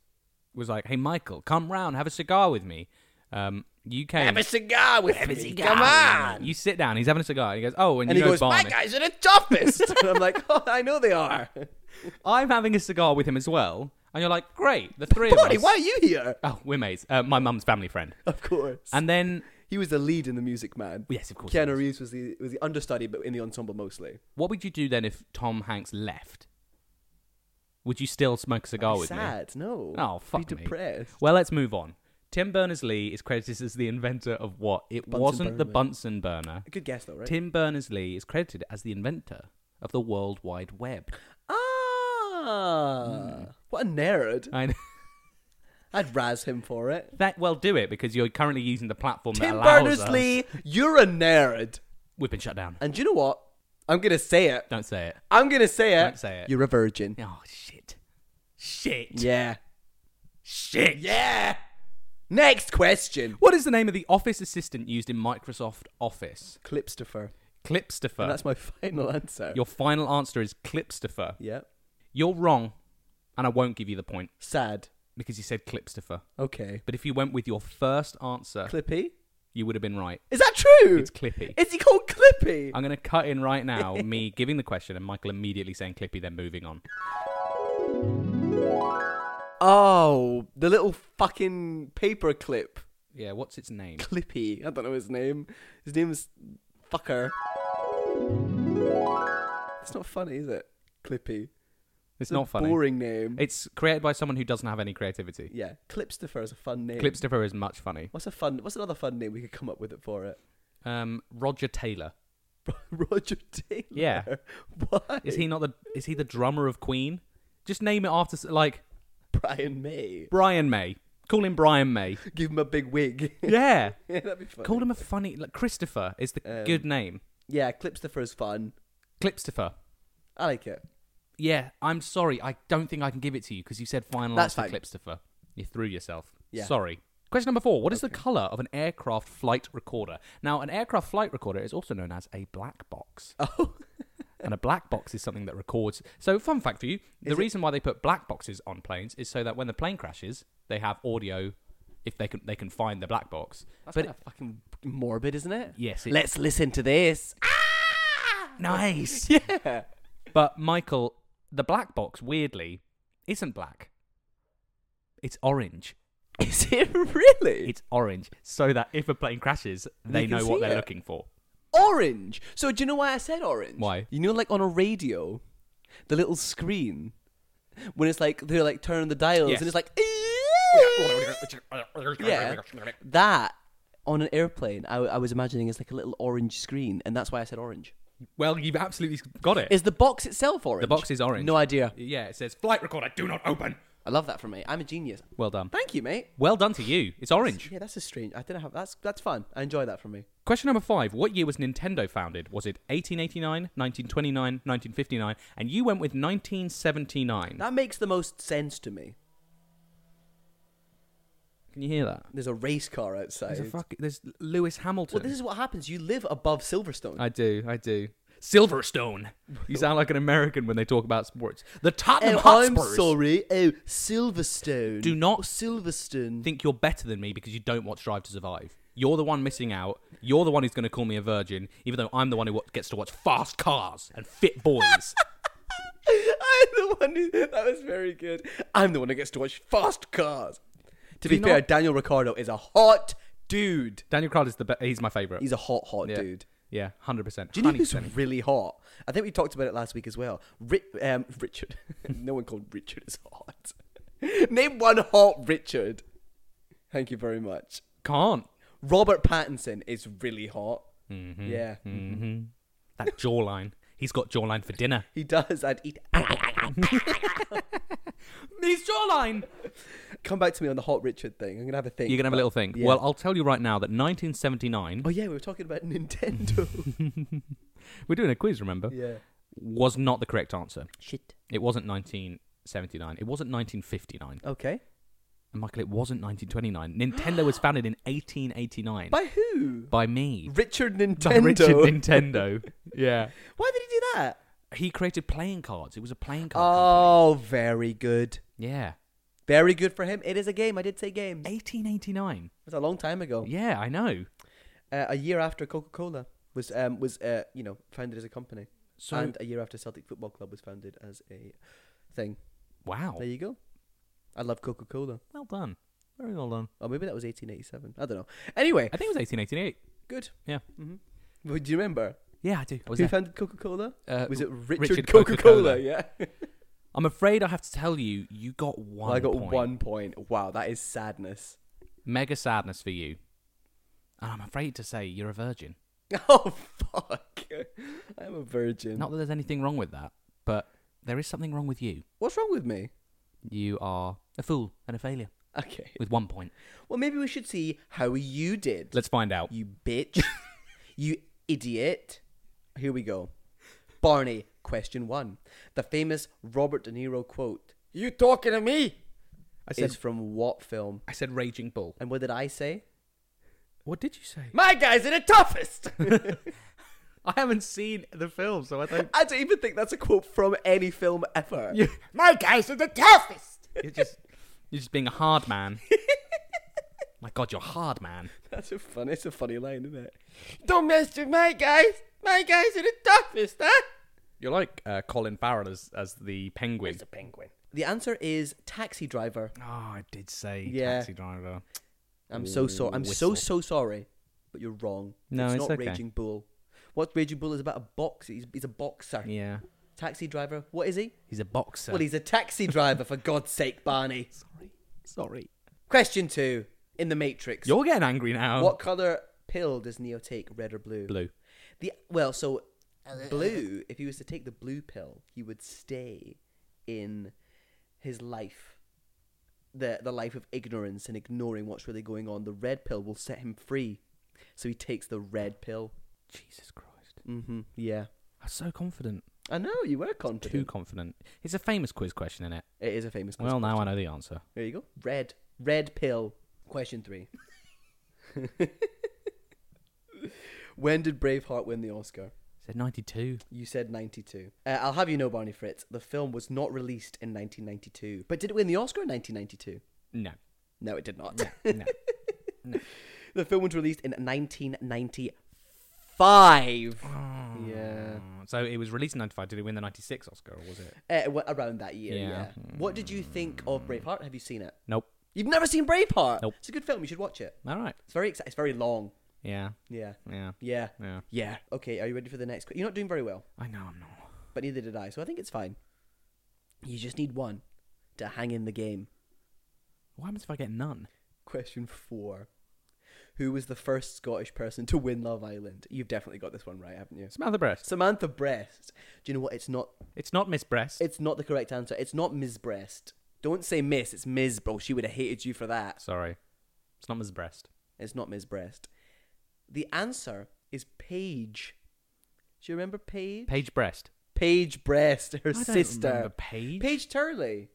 Speaker 1: was like, "Hey, Michael, come round, have a cigar with me." Um, you came.
Speaker 2: cigar with
Speaker 1: Have a cigar with me. You sit down. He's having a cigar. And he goes, "Oh," and,
Speaker 2: And
Speaker 1: you
Speaker 2: he
Speaker 1: know
Speaker 2: goes,
Speaker 1: Barney.
Speaker 2: My guys are the toughest. and I'm like, Oh, I know they are.
Speaker 1: I'm having a cigar with him as well. And you're like, "Great, the three of
Speaker 2: Barney,
Speaker 1: us."
Speaker 2: why are you here?
Speaker 1: Oh, we're mates. Uh, my mum's family friend.
Speaker 2: Of course.
Speaker 1: And then,
Speaker 2: he was the lead in the music man.
Speaker 1: yes, of course.
Speaker 2: Keanu Reeves was the was the understudy but in the ensemble mostly.
Speaker 1: What would you do then if Tom Hanks left? Would you still smoke a cigar
Speaker 2: Be
Speaker 1: with me?
Speaker 2: sad. No.
Speaker 1: Oh, fuck
Speaker 2: Be
Speaker 1: me.
Speaker 2: depressed.
Speaker 1: Well, let's move on. Tim Berners-Lee is credited as the inventor of what? It
Speaker 2: Bunsen
Speaker 1: wasn't the
Speaker 2: burner.
Speaker 1: Bunsen burner.
Speaker 2: Good guess though, right?
Speaker 1: Tim Berners-Lee is credited as the inventor of the World Wide Web.
Speaker 2: ah,
Speaker 1: Hmm.
Speaker 2: what a nerd!
Speaker 1: I know.
Speaker 2: I'd razz him for it.
Speaker 1: That well, do it because you're currently using the platform that
Speaker 2: Tim
Speaker 1: allows
Speaker 2: Berners
Speaker 1: us-
Speaker 2: Lee, you're a nerd.
Speaker 1: We've been shut down.
Speaker 2: And do you know what? I'm gonna say it.
Speaker 1: Don't say it.
Speaker 2: I'm gonna say it.
Speaker 1: Don't say it.
Speaker 2: You're a virgin.
Speaker 1: Oh shit! Shit!
Speaker 2: Yeah.
Speaker 1: Shit! Yeah!
Speaker 2: Next question.
Speaker 1: What is the name of the office assistant used in Microsoft Office?
Speaker 2: Clipstifer.
Speaker 1: Clipstifer.
Speaker 2: And that's my final answer.
Speaker 1: Your final answer is Clipstifer.
Speaker 2: yeah.
Speaker 1: You're wrong, and I won't give you the point
Speaker 2: Sad.
Speaker 1: because you said Clipstifer.
Speaker 2: Okay.
Speaker 1: But if you went with your first answer,
Speaker 2: Clippy.
Speaker 1: you would have been right.
Speaker 2: Is that true?
Speaker 1: It's Clippy.
Speaker 2: Is he called Clippy?
Speaker 1: I'm going to cut in right now, me giving the question and Michael immediately saying Clippy, then moving on.
Speaker 2: Oh, the little fucking paper clip.
Speaker 1: Yeah, what's its name?
Speaker 2: Clippy. I don't know his name. His name is fucker. It's not funny, is it? Clippy.
Speaker 1: It's not funny.
Speaker 2: Boring name.
Speaker 1: It's created by someone who doesn't have any creativity.
Speaker 2: yeah, Clipstifer is a fun name.
Speaker 1: Clipstifer is much funny.
Speaker 2: What's a fun? What's another fun name we could come up with it for it?
Speaker 1: Um, Roger Taylor.
Speaker 2: Roger Taylor.
Speaker 1: Yeah.
Speaker 2: Why?
Speaker 1: Is he not the is he the drummer of Queen? Just name it after s- like
Speaker 2: Brian May?
Speaker 1: Brian May. Call him Brian May.
Speaker 2: Give him a big wig.
Speaker 1: Yeah.
Speaker 2: yeah, that'd be fun.
Speaker 1: Call him a funny like Christopher is the
Speaker 2: Um,
Speaker 1: good name.
Speaker 2: yeah, Clipstifer is fun.
Speaker 1: Clipstifer.
Speaker 2: I like it.
Speaker 1: Yeah, I'm sorry. I don't think I can give it to you because you said final
Speaker 2: That's
Speaker 1: answer
Speaker 2: fine.
Speaker 1: Clipstifer. You threw yourself.
Speaker 2: Yeah.
Speaker 1: Sorry. Question number four. What is the colour of an aircraft flight recorder? Now, an aircraft flight recorder is also known as a black box.
Speaker 2: Oh,
Speaker 1: and a black box is something that records. So, fun fact for you the
Speaker 2: Is it-
Speaker 1: reason why they put black boxes on planes is so that when the plane crashes, they have audio if they can they can find the black box.
Speaker 2: that's
Speaker 1: but
Speaker 2: kind of fucking morbid, isn't it?
Speaker 1: yes, it, Ah,
Speaker 2: Let's listen to this.
Speaker 1: nice.
Speaker 2: Yeah.
Speaker 1: but Michael, the black box weirdly isn't black. It's orange.
Speaker 2: Is it really?
Speaker 1: It's orange so that if a plane crashes, they
Speaker 2: can
Speaker 1: know what
Speaker 2: see
Speaker 1: they're
Speaker 2: it.
Speaker 1: looking for.
Speaker 2: orange. So do you know why I said orange?
Speaker 1: Why?
Speaker 2: You know, like on a radio, the little screen when it's like they're like turning the dials
Speaker 1: Yes.
Speaker 2: and it's like yeah, that on an airplane. I, I was imagining it's like a little orange screen, and that's why I said orange.
Speaker 1: Well, you've absolutely got it.
Speaker 2: Is the box itself orange?
Speaker 1: The box is orange.
Speaker 2: No idea.
Speaker 1: yeah, it says flight recorder, do not open.
Speaker 2: I love that for me. I'm a genius.
Speaker 1: Well done.
Speaker 2: Thank you, mate.
Speaker 1: Well done to you. It's orange.
Speaker 2: Yeah, that's a strange. I didn't have that's that's fun. I enjoy that for me.
Speaker 1: Question number five. What year was Nintendo founded? Was it 1889, 1929, 1959? And you went with 1979.
Speaker 2: That makes the most sense to me.
Speaker 1: Can you hear that?
Speaker 2: There's a race car outside.
Speaker 1: There's, a fuck, there's Lewis Hamilton.
Speaker 2: well, this is what happens. You live above Silverstone.
Speaker 1: I do, I do. Silverstone. You sound like an American when they talk about sports. The Tottenham
Speaker 2: Oh, I'm
Speaker 1: Hotspurs.
Speaker 2: sorry. Oh, Silverstone.
Speaker 1: Do not
Speaker 2: Oh, Silverstone.
Speaker 1: think you're better than me because you don't watch Drive to Survive. You're the one missing out. You're the one who's going to call me a virgin, even though I'm the one who wa- gets to watch fast cars and fit boys.
Speaker 2: I'm the one who, that was very good. I'm the one who gets to watch fast cars. To be
Speaker 1: you
Speaker 2: fair,
Speaker 1: not-
Speaker 2: Daniel Ricciardo is a hot dude.
Speaker 1: Daniel Crowder is the be- he's my favorite.
Speaker 2: He's a hot, hot
Speaker 1: yeah.
Speaker 2: dude.
Speaker 1: Yeah, 100%.
Speaker 2: Do you know
Speaker 1: Honey
Speaker 2: who's
Speaker 1: percent.
Speaker 2: really hot? I think we talked about it last week as well. Ri- um, Richard. no one called Richard is hot. Name one hot Richard. Thank you very much.
Speaker 1: Can't.
Speaker 2: Robert Pattinson is really hot. Yeah,
Speaker 1: hmm That jawline. He's got jawline for dinner.
Speaker 2: he does. I'd eat.
Speaker 1: His jawline.
Speaker 2: Come back to me on the hot Richard thing. I'm gonna have a thing.
Speaker 1: You're gonna have a little think.
Speaker 2: Yeah.
Speaker 1: Well, I'll tell you right now that 1979.
Speaker 2: Oh yeah, we were talking about Nintendo.
Speaker 1: We're doing a quiz, remember?
Speaker 2: yeah.
Speaker 1: Was not the correct answer.
Speaker 2: Shit.
Speaker 1: It wasn't 1979. It wasn't 1959.
Speaker 2: Okay.
Speaker 1: And Michael, it wasn't 1929. Nintendo was founded in 1889
Speaker 2: By who?
Speaker 1: by me.
Speaker 2: Richard Nintendo.
Speaker 1: By Richard Nintendo. yeah.
Speaker 2: Why did he do that?
Speaker 1: He created playing cards. It was a playing card
Speaker 2: Oh, very good.
Speaker 1: company. Yeah.
Speaker 2: Very good for him. It is a game. I did say games. It
Speaker 1: 1889.
Speaker 2: was a long time ago.
Speaker 1: Yeah, I know.
Speaker 2: Uh, a year after Coca Cola was um was uh you know founded as a company,
Speaker 1: So
Speaker 2: and a year after Celtic Football Club was founded as a thing.
Speaker 1: wow.
Speaker 2: There you go. I love Coca Cola.
Speaker 1: Well done. Very well done.
Speaker 2: Or maybe that was 1887. I don't know. Anyway,
Speaker 1: I think it was 1888.
Speaker 2: good.
Speaker 1: Yeah.
Speaker 2: hmm Well, do you remember
Speaker 1: Yeah, I do. I was
Speaker 2: who
Speaker 1: there.
Speaker 2: founded Coca Cola?
Speaker 1: Uh,
Speaker 2: Was it Richard,
Speaker 1: Richard
Speaker 2: Coca
Speaker 1: Coca-Cola.
Speaker 2: Cola? Yeah.
Speaker 1: I'm afraid I have to tell you, you got one.
Speaker 2: I got
Speaker 1: point.
Speaker 2: one point. Wow, that is sadness.
Speaker 1: Mega sadness for you. And I'm afraid to say you're a virgin.
Speaker 2: Oh fuck! I'm a virgin.
Speaker 1: Not that there's anything wrong with that, but there is something wrong with you.
Speaker 2: What's wrong with me?
Speaker 1: You are a fool and a failure
Speaker 2: Okay.
Speaker 1: with one point.
Speaker 2: Well, maybe we should see how you did.
Speaker 1: Let's find out.
Speaker 2: You bitch. you idiot. Here we go. Barney, question one. The famous Robert De Niro quote, You talking to me?
Speaker 1: I
Speaker 2: Is from what film?
Speaker 1: I said raging bull.
Speaker 2: And what did I say?
Speaker 1: What did you say?
Speaker 2: My guys are the toughest!
Speaker 1: I haven't seen the film, so I don't.
Speaker 2: I don't even think that's a quote from any film ever.
Speaker 1: My guys are the toughest. You're just, you're just being a hard man. My God, you're hard man.
Speaker 2: That's a funny, it's a funny line, isn't it? Don't mess with my guys! My guys are the toughest, huh?
Speaker 1: You're like uh, Colin Farrell as as the penguin.
Speaker 2: penguin. The answer is Taxi Driver.
Speaker 1: Oh, I did say
Speaker 2: Yeah.
Speaker 1: taxi driver.
Speaker 2: I'm so sorry. I'm so
Speaker 1: Whistle.
Speaker 2: so sorry, but you're wrong.
Speaker 1: No,
Speaker 2: it's,
Speaker 1: it's
Speaker 2: not
Speaker 1: okay.
Speaker 2: Raging Bull. What Raging Bull is about a box. He's, he's a boxer,
Speaker 1: Yeah,
Speaker 2: taxi driver. What is he?
Speaker 1: he's a boxer.
Speaker 2: Well, he's a taxi driver for God's sake, Barney.
Speaker 1: sorry, sorry.
Speaker 2: Question two in the Matrix.
Speaker 1: You're getting angry now.
Speaker 2: What color pill does Neo take? Red or blue?
Speaker 1: Blue.
Speaker 2: The well, so
Speaker 1: Uh,
Speaker 2: blue. If he was to take the blue pill, he would stay in his life, the the life of ignorance and ignoring what's really going on. The red pill will set him free, so he takes the red pill.
Speaker 1: Jesus Christ.
Speaker 2: Mm-hmm. Yeah,
Speaker 1: I was so confident.
Speaker 2: I know you were
Speaker 1: Too
Speaker 2: confident.
Speaker 1: confident. It's a famous quiz question, isn't it?
Speaker 2: It is a famous. quiz.
Speaker 1: Well, now I know the answer.
Speaker 2: there you go. Red, red pill. Question three. when did Braveheart win the Oscar?
Speaker 1: Said 92.
Speaker 2: You said 92. Uh, I'll have you know, Barney Fritz, the film was not released in 1992. But did it win the Oscar in 1992?
Speaker 1: No.
Speaker 2: No, it did not.
Speaker 1: No.
Speaker 2: the film was released in 1995. Yeah.
Speaker 1: So it was released in 95. Did it win the 96 Oscar or was it?
Speaker 2: Uh, well, around that year, yeah.
Speaker 1: Yeah.
Speaker 2: What did you think of Braveheart? Have you seen it?
Speaker 1: Nope.
Speaker 2: You've never seen Braveheart?
Speaker 1: Nope.
Speaker 2: It's a good film. You should watch it.
Speaker 1: All right.
Speaker 2: It's very exciting. It's very long.
Speaker 1: Yeah.
Speaker 2: Yeah.
Speaker 1: Yeah.
Speaker 2: Yeah.
Speaker 1: Yeah.
Speaker 2: Yeah. Okay, are you ready for the next? que- You're not doing very well,
Speaker 1: I know I'm not.
Speaker 2: but neither did I, so I think it's fine. You just need one to hang in the game.
Speaker 1: What happens if I get none?
Speaker 2: Question four. Who was the first Scottish person to win Love Island? You've definitely got this one right, haven't you?
Speaker 1: Smell the breast.
Speaker 2: Samantha Breast. Do you know what? It's not.
Speaker 1: It's not Miss Breast.
Speaker 2: It's not the correct answer. It's not Ms. Breast. Don't say Miss. It's Ms. Bro. She would have hated you for that.
Speaker 1: Sorry. It's not Miss Breast.
Speaker 2: It's not Ms. Breast. The answer is Paige. Do you remember Paige?
Speaker 1: Paige Breast.
Speaker 2: Paige Breast, her
Speaker 1: I don't remember
Speaker 2: sister.
Speaker 1: Paige. uh,
Speaker 2: Paige Turley.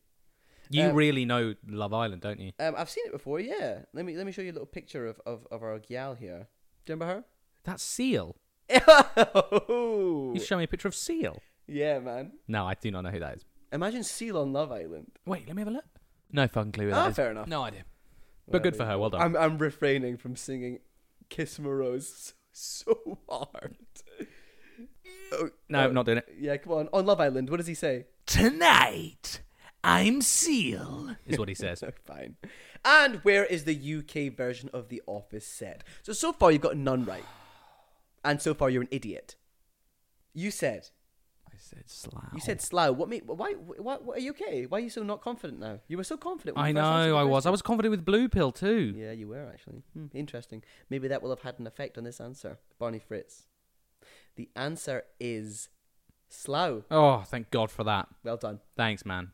Speaker 1: You
Speaker 2: Um,
Speaker 1: really know Love Island, don't you?
Speaker 2: Um, I've seen it before. Yeah. Let me let me show you a little picture of of, of our gal here. Do you remember her?
Speaker 1: That's Seal.
Speaker 2: Oh.
Speaker 1: You show me a picture of Seal.
Speaker 2: Yeah, man.
Speaker 1: No, I do not know who that is.
Speaker 2: Imagine Seal on Love Island.
Speaker 1: Wait, let me have a look. No fucking clue who
Speaker 2: Ah,
Speaker 1: that is.
Speaker 2: fair enough.
Speaker 1: No idea. But good for her. Well done.
Speaker 2: I'm, I'm refraining from singing Kiss My Rose so, so hard. Oh,
Speaker 1: no,
Speaker 2: oh,
Speaker 1: I'm not doing it.
Speaker 2: Yeah, come on. On Love Island, what does he say?
Speaker 1: Tonight, I'm Seal. Is what he says.
Speaker 2: So fine. And where is the UK version of The Office set? So, so far you've got none right. And so far you're an idiot. You said,
Speaker 1: I said Slough.
Speaker 2: you said Slough. What made, why, why, why, are you okay? Why are you so not confident now? You were so confident. when
Speaker 1: I
Speaker 2: you first answered
Speaker 1: know.
Speaker 2: the
Speaker 1: I
Speaker 2: question.
Speaker 1: was. I was confident with Blue Pill too.
Speaker 2: Yeah, you were actually. Hmm, interesting. Maybe that will have had an effect on this answer. Barney Fritz. The answer is Slough.
Speaker 1: Oh, thank God for that.
Speaker 2: Well done.
Speaker 1: Thanks, man.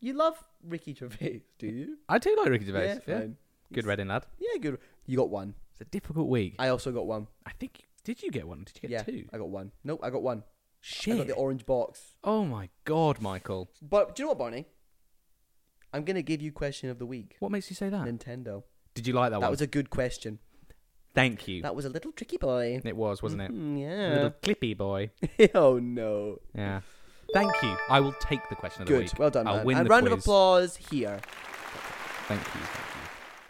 Speaker 2: You love Ricky Gervais, do you?
Speaker 1: I do like Ricky Gervais.
Speaker 2: yeah,
Speaker 1: Yeah,
Speaker 2: fine.
Speaker 1: Good Reading lad.
Speaker 2: Yeah, good. You got one.
Speaker 1: It's a difficult week. I,
Speaker 2: I also got one.
Speaker 1: think. Did you get one? Did you get
Speaker 2: yeah,
Speaker 1: two?
Speaker 2: I got one. Nope, I got one. I got
Speaker 1: Shit.
Speaker 2: the orange box.
Speaker 1: oh my God, Michael.
Speaker 2: But do you know what, Barney? I'm gonna give you question of the week.
Speaker 1: What makes you say that?
Speaker 2: Nintendo.
Speaker 1: Did you like that,
Speaker 2: that
Speaker 1: one?
Speaker 2: was a good question.
Speaker 1: Thank Oh, you.
Speaker 2: That was a little tricky, boy.
Speaker 1: it was, wasn't it?
Speaker 2: Mm,
Speaker 1: Little clippy boy.
Speaker 2: yeah. oh no.
Speaker 1: Yeah. Thank you. I will take the question of the
Speaker 2: Good.
Speaker 1: week.
Speaker 2: Well done,
Speaker 1: I'll
Speaker 2: man.
Speaker 1: win
Speaker 2: and
Speaker 1: the
Speaker 2: round of
Speaker 1: quiz.
Speaker 2: applause here.
Speaker 1: Thank you. Thank you.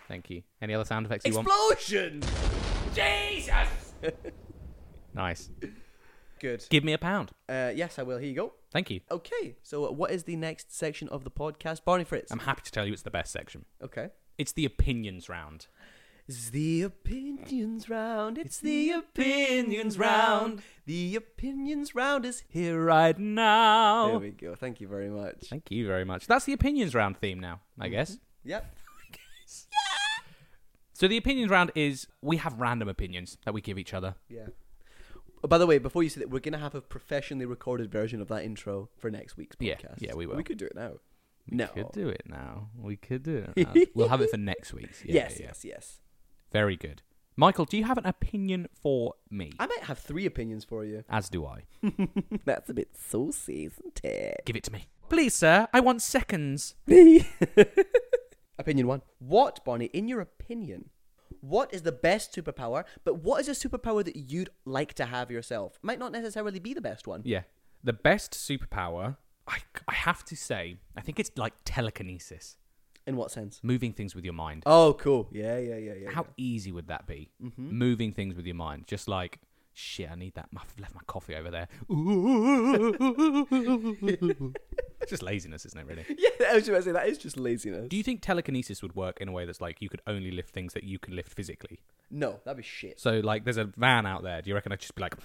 Speaker 1: Thank you. Any other sound effects you want?
Speaker 2: Explosion! Jesus!
Speaker 1: Nice.
Speaker 2: Good.
Speaker 1: Give me a pound.
Speaker 2: Uh, yes, I will. Here you go.
Speaker 1: Thank you.
Speaker 2: Okay, so uh, what is the next section of the podcast, Barney Fritz?
Speaker 1: I'm happy to tell you it's the best section.
Speaker 2: okay.
Speaker 1: It's the opinions round.
Speaker 2: It's the opinions round. It's the
Speaker 1: opinions
Speaker 2: opinions round. The opinions round is
Speaker 1: Here right
Speaker 2: There
Speaker 1: now.
Speaker 2: we go. Thank you very much.
Speaker 1: Thank you very much. That's the opinions round theme now, I
Speaker 2: Mm-hmm.
Speaker 1: guess.
Speaker 2: Yep.
Speaker 1: So the opinions round is we have random opinions that we give each other.
Speaker 2: Yeah. Oh, by the way, before you say that, we're gonna have a professionally recorded version of that intro for next week's
Speaker 1: Yeah,
Speaker 2: podcast.
Speaker 1: yeah, we will.
Speaker 2: We could do it now. no.
Speaker 1: Could do it now. We could do it. now. we'll have it for next week's. Yeah,
Speaker 2: yes,
Speaker 1: yeah, yeah.
Speaker 2: yes, yes.
Speaker 1: Very good. Michael, do you have an opinion for me?
Speaker 2: I might have three opinions for you.
Speaker 1: As do I.
Speaker 2: That's a bit saucy, isn't it?
Speaker 1: Give it to me. Please, sir, I want seconds.
Speaker 2: Opinion one. What, Bonnie, in your opinion, what is the best superpower, but what is a superpower that you'd like to have yourself? Might not necessarily be the best one.
Speaker 1: Yeah. The best superpower, I, I have to say, I think it's like telekinesis,
Speaker 2: In what sense?
Speaker 1: moving things with your mind.
Speaker 2: Oh, cool. Yeah, yeah, yeah, yeah. Mm-hmm.
Speaker 1: How
Speaker 2: yeah.
Speaker 1: easy would that be? Moving things with your mind. Just like, shit, I need that. I've left my coffee over there. it's just laziness, isn't it, really?
Speaker 2: Yeah, I was just about to say, that is just laziness.
Speaker 1: Do you think telekinesis would work in a way that's like you could only lift things that you can lift physically?
Speaker 2: No, that'd be shit.
Speaker 1: So, like, there's a van out there. Do you reckon I'd just be like,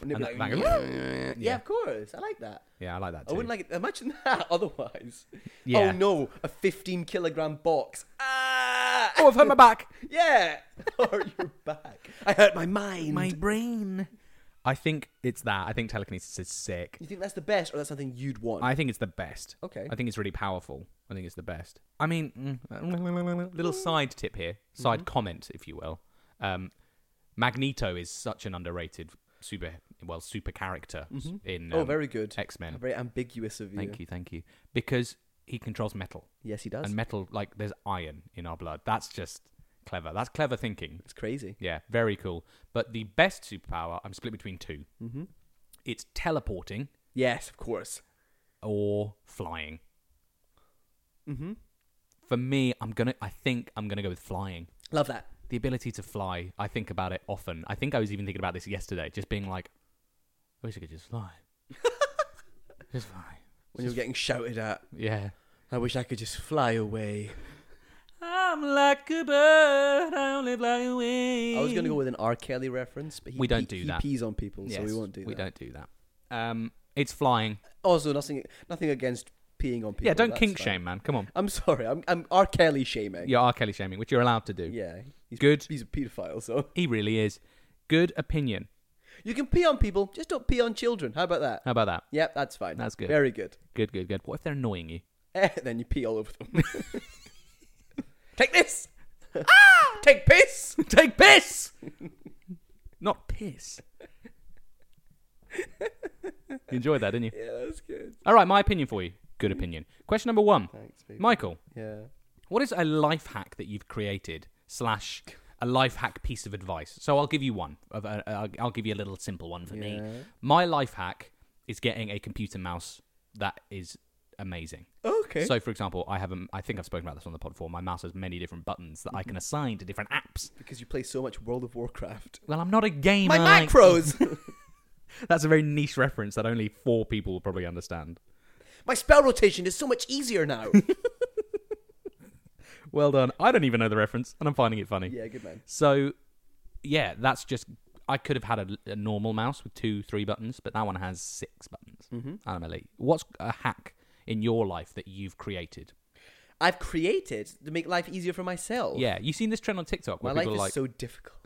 Speaker 2: Wouldn't it
Speaker 1: and
Speaker 2: be
Speaker 1: that
Speaker 2: like,
Speaker 1: van
Speaker 2: yeah,
Speaker 1: Yeah.
Speaker 2: of course. I like that.
Speaker 1: yeah, I like that
Speaker 2: I
Speaker 1: too.
Speaker 2: wouldn't like it. Imagine that otherwise.
Speaker 1: Yeah.
Speaker 2: Oh, no. A 15 kilogram box. Ah!
Speaker 1: oh, I've hurt my back.
Speaker 2: Yeah. or your back. I hurt my mind.
Speaker 1: brain. I think it's that. I think telekinesis is sick.
Speaker 2: You think that's the best, or that's something you'd want?
Speaker 1: I think it's the best.
Speaker 2: Okay.
Speaker 1: I think it's really powerful. I think it's the best. I mean, mm, little side tip here,
Speaker 2: Mm-hmm.
Speaker 1: side comment, if you will. Um, Magneto is such an underrated super, well, super character in
Speaker 2: oh,
Speaker 1: um,
Speaker 2: very good.
Speaker 1: X Men.
Speaker 2: Very ambiguous of you.
Speaker 1: Thank you, thank you. Because he controls metal,
Speaker 2: Yes, he does.
Speaker 1: and metal like there's iron in our blood. That's just clever. That's clever thinking.
Speaker 2: it's crazy.
Speaker 1: Yeah, very cool. But the best superpower, I'm split between 2 Mm-hmm. It's teleporting
Speaker 2: Yes, of course.
Speaker 1: or flying.
Speaker 2: Mm-hmm.
Speaker 1: For me, I'm gonna. I think I'm gonna go with flying.
Speaker 2: Love that.
Speaker 1: The ability to fly. I think about it often. I think I was even thinking about this yesterday, just being like, I wish I could just fly. just fly.
Speaker 2: When you're getting shouted at,
Speaker 1: Yeah.
Speaker 2: I wish I could just fly away.
Speaker 1: I'm like a bird. I only fly away.
Speaker 2: I was going to go with an R. Kelly reference, but he,
Speaker 1: We don't
Speaker 2: he-
Speaker 1: do
Speaker 2: he
Speaker 1: that.
Speaker 2: pees on people, so we
Speaker 1: Yes,
Speaker 2: won't do that.
Speaker 1: We don't do that. Um, it's flying.
Speaker 2: Also, nothing, nothing against peeing on people.
Speaker 1: yeah, don't
Speaker 2: that's
Speaker 1: kink
Speaker 2: fine.
Speaker 1: shame, man. Come on.
Speaker 2: I'm sorry. I'm, I'm R. Kelly shaming.
Speaker 1: You're R. Kelly shaming, which you're allowed to do.
Speaker 2: Yeah. He's,
Speaker 1: Good.
Speaker 2: he's a paedophile, so.
Speaker 1: He really is. Good opinion.
Speaker 2: You can pee on people, just don't pee on children. How about that?
Speaker 1: How about that?
Speaker 2: Yep, that's fine.
Speaker 1: That's good.
Speaker 2: Very good.
Speaker 1: Good, good, good. What if they're annoying you?
Speaker 2: Eh, then you pee all over them. Take this. ah! Take piss.
Speaker 1: Take piss! Not piss. you enjoyed that, didn't you?
Speaker 2: Yeah, that's good.
Speaker 1: All right, my opinion for you. Good opinion. Question number one.
Speaker 2: Thanks, people.
Speaker 1: Michael,
Speaker 2: Yeah.
Speaker 1: what is a life hack that you've created slash a life hack piece of advice? So I'll give you one. Of- uh, I'll I'll give you a little simple one for me.
Speaker 2: Yeah.
Speaker 1: My life hack is getting a computer mouse that is amazing.
Speaker 2: Okay.
Speaker 1: So, for example, I have a, I think I've spoken about this on the pod before. My mouse has many different buttons that I
Speaker 2: Mm-hmm.
Speaker 1: can assign to different apps.
Speaker 2: because you play so much World of Warcraft.
Speaker 1: Well, I'm not a gamer.
Speaker 2: My
Speaker 1: like-
Speaker 2: macros.
Speaker 1: That's a very niche reference that only four people will probably understand.
Speaker 2: My spell rotation is so much easier now.
Speaker 1: Well done. I don't even know the reference, and I'm finding it funny.
Speaker 2: yeah, good man.
Speaker 1: So, yeah, that's just. I could have had a, a normal mouse with two, three buttons, but that one has six buttons. Mm-hmm. I'm elite. What's a hack in your life that you've created?
Speaker 2: I've created to make life easier for myself.
Speaker 1: Yeah, you've seen this trend on TikTok
Speaker 2: My
Speaker 1: where
Speaker 2: life
Speaker 1: people
Speaker 2: is
Speaker 1: are like,
Speaker 2: so difficult.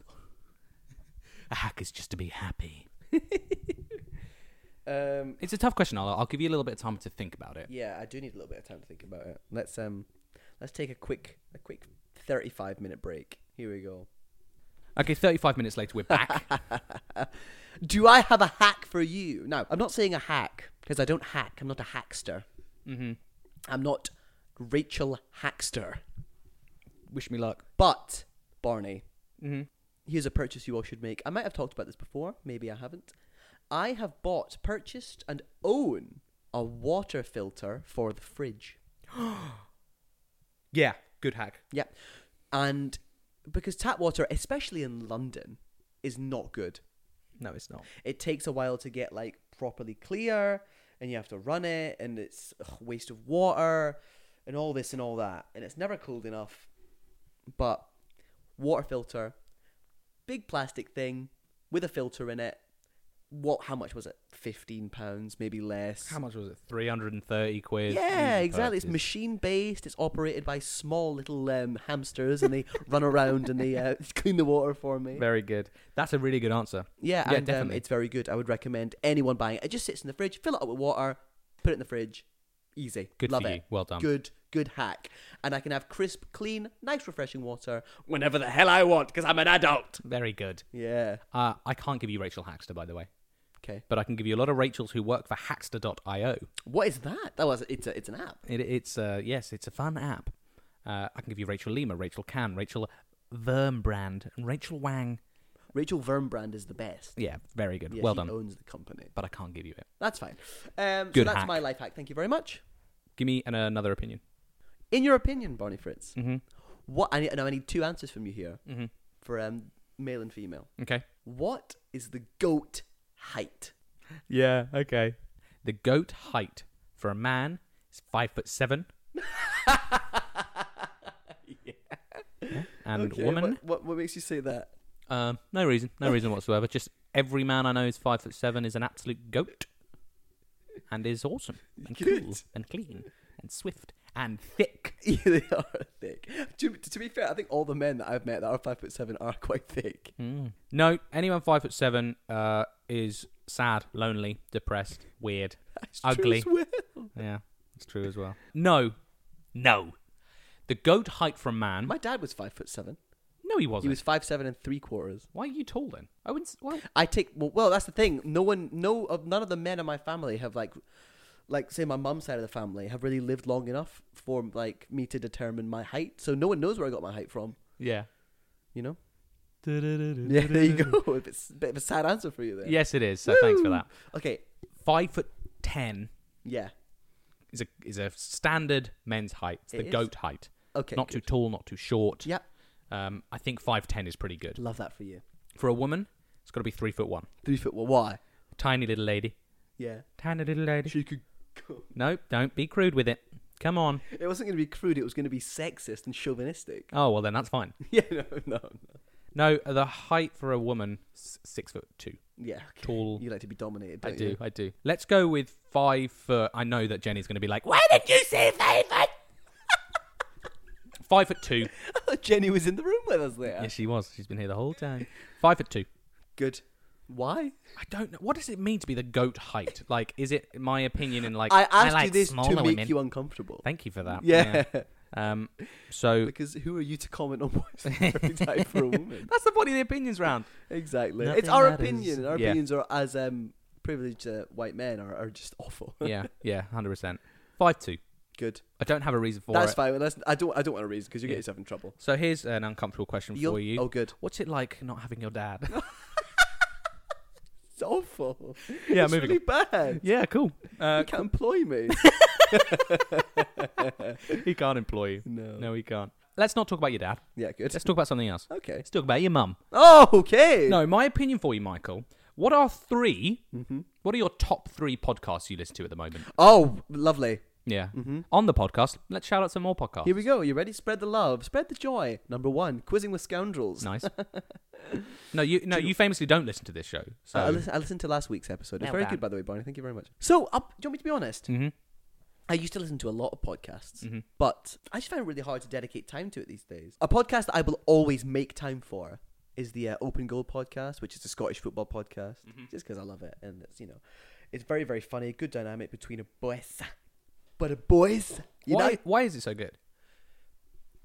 Speaker 1: a hack is just to be happy.
Speaker 2: Um,
Speaker 1: It's a tough question. I'll, I'll give you a little bit of time to think about it.
Speaker 2: yeah, I do need a little bit of time to think about it. Let's um, let's take a quick a quick thirty five minute break. Here we go.
Speaker 1: Okay, 35 minutes later, we're back.
Speaker 2: Do I have a hack for you? No, I'm not saying a hack because I don't hack. I'm not a hackster.
Speaker 1: mm-hmm.
Speaker 2: I'm not Rachel Hackster.
Speaker 1: Wish me luck.
Speaker 2: But Barney,
Speaker 1: Mm-hmm.
Speaker 2: here's a purchase you all should make. I might have talked about this before, maybe I haven't. I have bought, purchased, and own a water filter for the fridge.
Speaker 1: Yeah, good hack.
Speaker 2: Yeah. And because tap water, especially in London, is not good.
Speaker 1: No, it's not.
Speaker 2: It takes a while to get like properly clear and you have to run it and it's ugh, waste of water and all this and all that and it's never cooled enough. But water filter, big plastic thing with a filter in it, what? How much was it? Fifteen pounds, maybe less.
Speaker 1: How much was it? 330 quid.
Speaker 2: yeah,
Speaker 1: easy
Speaker 2: exactly. It's
Speaker 1: purchase.
Speaker 2: machine based. It's operated by small little um, hamsters, and they run around and they uh, clean the water for me.
Speaker 1: Very good. That's a really good answer.
Speaker 2: Yeah,
Speaker 1: Yeah,
Speaker 2: and um,
Speaker 1: definitely.
Speaker 2: it's very good. I would recommend anyone buying it. It just sits in the fridge. Fill it up with water, put it in the fridge. Easy.
Speaker 1: Good
Speaker 2: Love
Speaker 1: for
Speaker 2: it.
Speaker 1: you. Well done.
Speaker 2: Good, good hack. And I can have crisp, clean, nice, refreshing water whenever the hell I want because I'm an adult.
Speaker 1: Very good.
Speaker 2: Yeah.
Speaker 1: Uh, I can't give you Rachel Haxter, by the way,
Speaker 2: Okay.
Speaker 1: but I can give you a lot of Rachels who work for Haxter.io.
Speaker 2: What is that? That was it's a, it's an app.
Speaker 1: It, it's uh, yes, it's a fun app. Uh, I can give you Rachel Lima, Rachel Can, Rachel Vermbrand, and Rachel Wang.
Speaker 2: Rachel Vermbrand is the best.
Speaker 1: Yeah, very good.
Speaker 2: Yeah,
Speaker 1: well
Speaker 2: he
Speaker 1: done.
Speaker 2: Owns the company.
Speaker 1: But I can't give you it.
Speaker 2: That's fine. Um, so
Speaker 1: Good
Speaker 2: that's
Speaker 1: hack.
Speaker 2: my life hack. Thank you very much.
Speaker 1: Give me an, another opinion.
Speaker 2: In your opinion, Barney Fritz,
Speaker 1: Mm-hmm.
Speaker 2: what? I need, now I need two answers from you here
Speaker 1: Mm-hmm.
Speaker 2: for um, male and female.
Speaker 1: Okay.
Speaker 2: What is the goat height?
Speaker 1: Yeah. Okay. The goat height for a man is five foot seven, and
Speaker 2: Okay,
Speaker 1: woman,
Speaker 2: What, what, what makes you say that?
Speaker 1: um, no reason, no reason whatsoever. Just every man I know is five foot seven is an absolute goat, and is awesome and cool
Speaker 2: Good.
Speaker 1: and clean and swift and thick.
Speaker 2: Yeah, they are thick. To, to be fair, I think all the men that I've met that are five foot seven are quite thick.
Speaker 1: Mm. No, anyone five foot seven uh, is sad, lonely, depressed, weird.
Speaker 2: That's
Speaker 1: Ugly.
Speaker 2: True as well.
Speaker 1: Yeah, it's true as well. No, no. The goat height for a man.
Speaker 2: My dad was five foot seven.
Speaker 1: No, he Hmm? wasn't.
Speaker 2: He was five seven and three quarters.
Speaker 1: Why are you tall then? I wouldn't. s- Why?
Speaker 2: I take well, well. That's the thing. No one, no of none of the men in my family have like, like say my mum's side of the family have really lived long enough for like me to determine my height. So no one knows where I got my height from.
Speaker 1: Yeah.
Speaker 2: You know. Yeah,
Speaker 1: Yeah,
Speaker 2: there you go. It's a bit of a sad answer for you there.
Speaker 1: Yes, it is. So thanks for that.
Speaker 2: Okay.
Speaker 1: Five foot ten
Speaker 2: Yeah.
Speaker 1: is a is a standard men's height. It's
Speaker 2: It
Speaker 1: the
Speaker 2: is.
Speaker 1: goat height.
Speaker 2: Okay.
Speaker 1: not too tall, not too short.
Speaker 2: Yeah.
Speaker 1: Um, I think five ten is pretty good
Speaker 2: Love that for you.
Speaker 1: for a woman. It's got to be three foot one.
Speaker 2: Three foot. Well, why?
Speaker 1: Tiny little lady.
Speaker 2: Yeah.
Speaker 1: Tiny little lady.
Speaker 2: She could. go.
Speaker 1: No, don't be crude with it. Come on.
Speaker 2: It wasn't going to be crude. It was going to be sexist and chauvinistic.
Speaker 1: Oh well, then that's fine.
Speaker 2: yeah. No. No. no.
Speaker 1: No, the height for a woman s- six foot two.
Speaker 2: Yeah. okay.
Speaker 1: Tall.
Speaker 2: You like to be dominated.
Speaker 1: I
Speaker 2: don't
Speaker 1: do,
Speaker 2: you?
Speaker 1: I do. Let's go with five foot. I know that Jenny's going to be like, "Why did you say five foot?" five foot two.
Speaker 2: Jenny was in the room with us there.
Speaker 1: Yes, she was. She's been here the whole time. Five foot two.
Speaker 2: Good. Why?
Speaker 1: I don't know. What does it mean to be the goat height? Like, is it my opinion? In like,
Speaker 2: I asked you
Speaker 1: like
Speaker 2: this to
Speaker 1: smaller
Speaker 2: make
Speaker 1: women.
Speaker 2: you uncomfortable.
Speaker 1: Thank you for that.
Speaker 2: yeah.
Speaker 1: yeah. Um. So
Speaker 2: because who are you to comment on what's the perfect height for a woman?
Speaker 1: that's the point of the opinions round.
Speaker 2: Exactly.
Speaker 1: Nothing
Speaker 2: it's our
Speaker 1: matters.
Speaker 2: opinion, and our
Speaker 1: Yeah.
Speaker 2: opinions are as um, privileged uh, white men are, are just awful.
Speaker 1: Yeah. Yeah. Hundred percent. Five two.
Speaker 2: Good.
Speaker 1: I don't have a reason for
Speaker 2: That's
Speaker 1: it.
Speaker 2: fine. That's, I don't. I don't want to reason because you get
Speaker 1: Yeah.
Speaker 2: yourself in trouble.
Speaker 1: So here's an uncomfortable question
Speaker 2: You'll-
Speaker 1: for you.
Speaker 2: Oh, good.
Speaker 1: What's it like not having your dad?
Speaker 2: It's awful.
Speaker 1: yeah,
Speaker 2: it's really bad.
Speaker 1: Yeah, cool. Uh,
Speaker 2: you can't employ me.
Speaker 1: he can't employ you.
Speaker 2: no.
Speaker 1: No, he can't. Let's not talk about your dad.
Speaker 2: Yeah. Good.
Speaker 1: Let's talk about something else.
Speaker 2: Okay.
Speaker 1: Let's talk about your mum.
Speaker 2: Oh, okay.
Speaker 1: No, my opinion for you, Michael. What are 3
Speaker 2: Mhm.
Speaker 1: What are your top three podcasts you listen to at the moment?
Speaker 2: Oh, lovely.
Speaker 1: Yeah. On the podcast, let's shout out some more podcasts.
Speaker 2: Mm-hmm. Here we go. You ready? Spread the love. Spread the joy. Number one, quizzing with scoundrels.
Speaker 1: nice. no, you no, you famously don't listen to this show. So
Speaker 2: I, listen, I listened to last week's episode. It's
Speaker 1: Well
Speaker 2: very
Speaker 1: done.
Speaker 2: good, by the way, Barney. Thank you very much. So, up, do you want me to be honest?
Speaker 1: Mhm.
Speaker 2: I used to listen to a lot of podcasts,
Speaker 1: Mhm.
Speaker 2: but I just find it really hard to dedicate time to it these days. A podcast that I will always make time for is the uh, Open Goal podcast, which is a Scottish football podcast,
Speaker 1: Mm-hmm.
Speaker 2: just because I love it. And it's, you know, it's very, very funny. Good dynamic between a boys. But a boys. You
Speaker 1: why
Speaker 2: know?
Speaker 1: why is it so good?